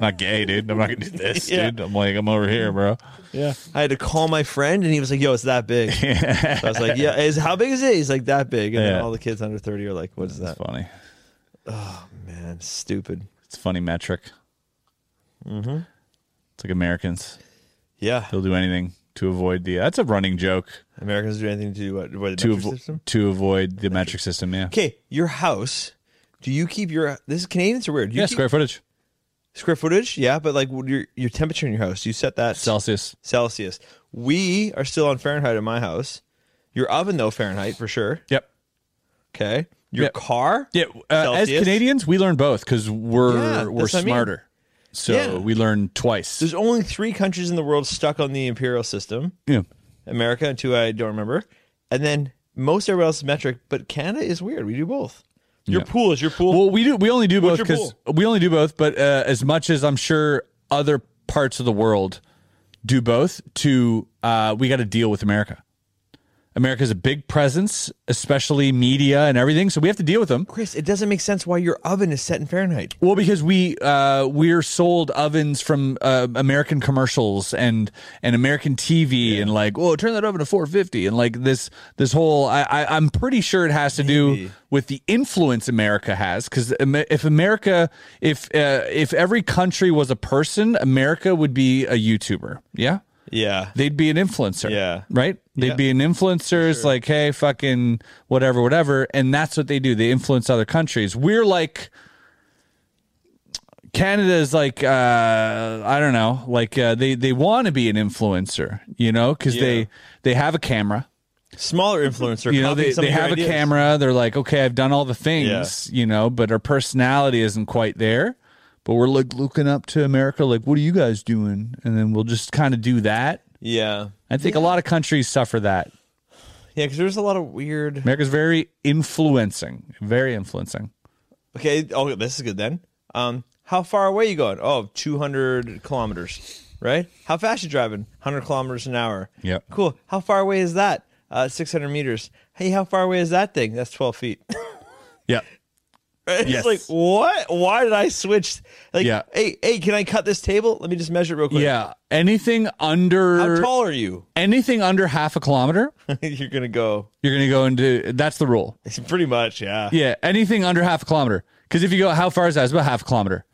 Not gay, dude. I'm not gonna do this, Yeah. dude. I'm like I'm over here, bro. yeah. I had to call my friend, and he was like, "Yo, it's that big." So I was like, "Yeah, is how big is it?" He's like, "That big." And Yeah. then all the kids under thirty are like, "What is that?" It's funny. Man, stupid. It's a funny metric. Mm-hmm. Mm-hmm. It's like Americans. Yeah, They'll do anything to avoid the. That's a running joke Americans do anything to do what? what the to metric avo- system? to avoid the metric system. Yeah. Okay, your house. Do you keep your? This is Canadians are weird. Do you Yeah. keep Square footage. square footage. Yeah, but like what- your your temperature in your house. Do you set that Celsius. Celsius. We are still on Fahrenheit in my house. Your oven though Fahrenheit for sure. Yep. Okay. Your Yep. car. Yeah, uh, as Celsius? Canadians, we learn both because we're Yeah, we're that's what I mean. smarter, so Yeah. we learn twice. There's only three countries in the world stuck on the imperial system: yeah, America and two I don't remember, and then most everybody else is metric. But Canada is weird. We do both. Your Yeah. pool is your pool. well, we do. We only do both What's your because we only do both. But uh, as much as I'm sure other parts of the world do both, to uh, we got to deal with America. America's a big presence, especially media and everything, so we have to deal with them. Chris, it doesn't make sense why your oven is set in Fahrenheit. Well, because we uh, we're sold ovens from uh, American commercials and and American TV and like, whoa, turn that oven to 450 and like this this whole. I, I I'm pretty sure it has to do with the influence America has because if America if uh, if every country was a person, America would be a YouTuber. Yeah, Yeah. they'd be an influencer. Yeah. Right? They'd be an influencer. It's like, hey, fucking whatever, whatever. And that's what they do. They influence other countries. We're like, Canada is like, uh, I don't know, like uh, they, they want to be an influencer, you know, because Yeah. they, they have a camera. Smaller influencer. You know, copying they, some of they your have a ideas. camera. They're like, okay, I've done all the things, you know, but our personality isn't quite there. But we're like looking up to America, like, what are you guys doing? And then we'll just kind of do that. Yeah. I think a lot of countries suffer that. Yeah, because there's a lot of weird. America's very influencing, very influencing. Okay. Oh, this is good then. Um, how far away you going? Oh, 200 kilometers, right? How fast you driving? 100 kilometers an hour. Yep. Cool. How far away is that? Uh, 600 meters. Hey, how far away is that thing? That's 12 feet. Yeah. It's Yes. like what? Why did I switch? Like, Yeah. hey, hey, can I cut this table? Let me just measure it real quick. Yeah. Anything under How tall are you? anything under half a kilometer, You're gonna go you're gonna go into that's the rule. pretty much. Yeah. Yeah. Anything under half a kilometer. Because if you go how far is that? It's about half a kilometer.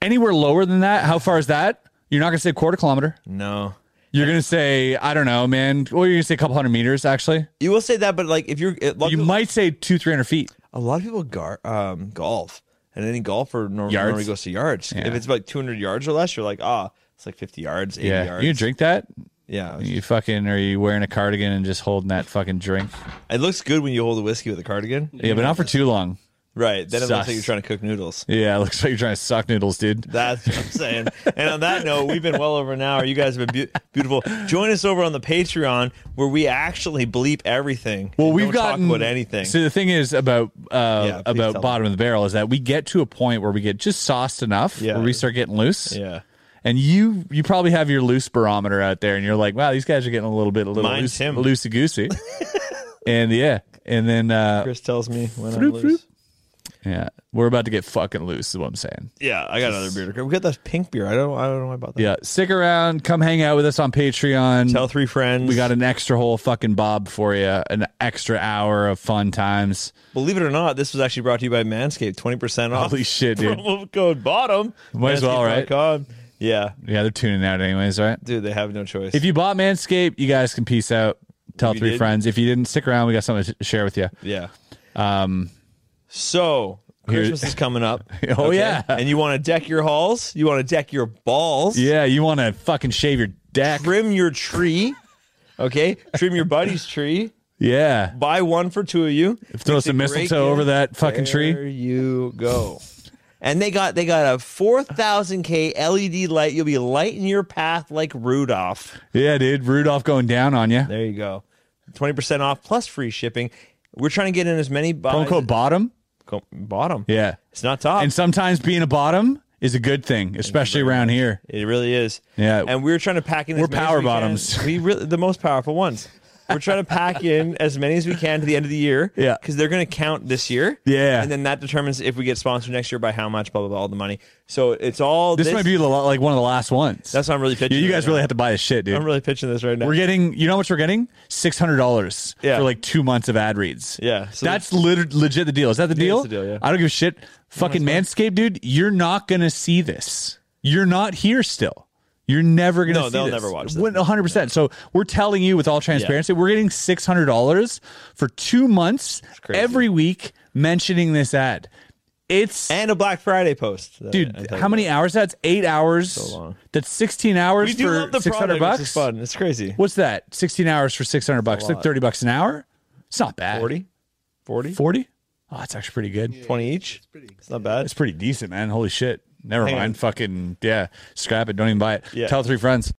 Anywhere lower than that, how far is that? You're not gonna say quarter kilometer. No. You're gonna say, I don't know, man. Well, you're gonna say a couple hundred meters actually. You will say that, but like if you're, eh, a lot of You people- might say two, three hundred feet. a lot of people gar- um, golf, and any golfer norm- Yards? normally goes to yards. If it's like 200 yards or less, you're like, ah, it's like 50 yards, 80 Yeah. yards. You drink that? Yeah. You fucking are you wearing a cardigan and just holding that fucking drink? It looks good when you hold a whiskey with a cardigan. Yeah, but not for too long. Right. Then it Sus. looks like you're trying to cook noodles. Yeah, it looks like you're trying to suck noodles, dude. That's what I'm saying. and on that note, we've been well over an hour. You guys have been beau- beautiful. Join us over on the Patreon where we actually bleep everything. Well, and we've don't gotten talk about anything. So the thing is about Yeah, uh, please about tell bottom of the barrel is that we get to a point where we get just sauced enough Yeah. where we start getting loose. yeah. And you you probably have your loose barometer out there, and you're like, wow, these guys are getting a little bit a little loose, Mine's him. loosey goosey. and yeah, and then uh, Chris tells me when I'm Froop, loose. froop. yeah, we're about to get fucking loose. Is what I'm saying. Yeah, I got another beer. to- We got that pink beer. I don't. I don't know why about that. Yeah, stick around, come hang out with us on Patreon. Tell three friends. we got an extra whole fucking bob for you, an extra hour of fun times. Believe it or not, this was actually brought to you by Manscaped. Twenty percent off. Holy shit, dude. Promo code bottom. Might as well, right? Manscaped.com. Yeah, Yeah, they're tuning out anyways, right? dude, they have no choice. If you bought Manscaped, you guys can peace out. Tell If you three did- friends. If you didn't stick around, we got something to share with you. yeah. Um. So here- Christmas is coming up. Oh, yeah. and you want to deck your halls. You want to deck your balls. Yeah, you want to fucking shave your deck? Trim your tree. Okay, trim your buddy's tree. Yeah, Buy one for two of you. throw Makes a some great mistletoe gift. over that fucking There tree. you go. And they got they got a four thousand K LED light. You'll be lighting your path like Rudolph. Yeah, dude, Rudolph going down on you. There you go. Twenty percent off plus free shipping. We're trying to get in as many buys. Quote unquote bottom. Go- bottom. Yeah. It's not top. And sometimes being a bottom is a good thing, especially around here. It really is. Yeah. And we're trying to pack in. We're as many as power we can. bottoms. We really the most powerful ones. We're trying to pack in as many as we can to the end of the year. Yeah. Because they're going to count this year. Yeah. And then that determines if we get sponsored next year by how much, blah blah blah, all the money. So it's all. This, might be the, lo- like one of the last ones. That's what I'm really you, pitching. you right guys now. really have to buy a shit, dude. I'm really pitching this right now. we're getting, you know how much we're getting? $600 Yeah. for like two monons of ad reads. Yeah, so that's lit- legit the deal. Is that the deal? the deal, yeah. I don't give a shit. Fucking Manscaped, dude, you're not going to see this. You're not here still. You're never going to No, see they'll this. never watch this. When- 100%. So we're telling you with all transparency, we're getting $600 for two months crazy. every week mentioning this ad. It's and a Black Friday post, that I- I dude thought how many about. hours that's eight hours long. that's 16 hours We for do love the 600 product. bucks It's fun. It's crazy. what's that 16 hours for 600 bucks like lot. 30 bucks an hour it's not bad 40? 40? 40 oh that's actually pretty good 20 each. It's, not bad. it's pretty decent man holy shit never Hang on. mind fucking yeah scrap it don't even buy it Yeah. tell three friends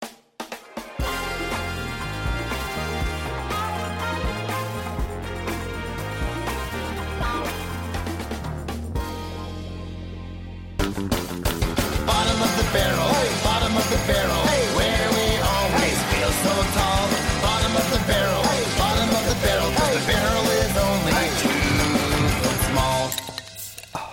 Bottom of the barrel, bottom of the barrel, where we always feel so tall. Bottom of the barrel, bottom of the barrel, 'cause the barrel is only two foot small.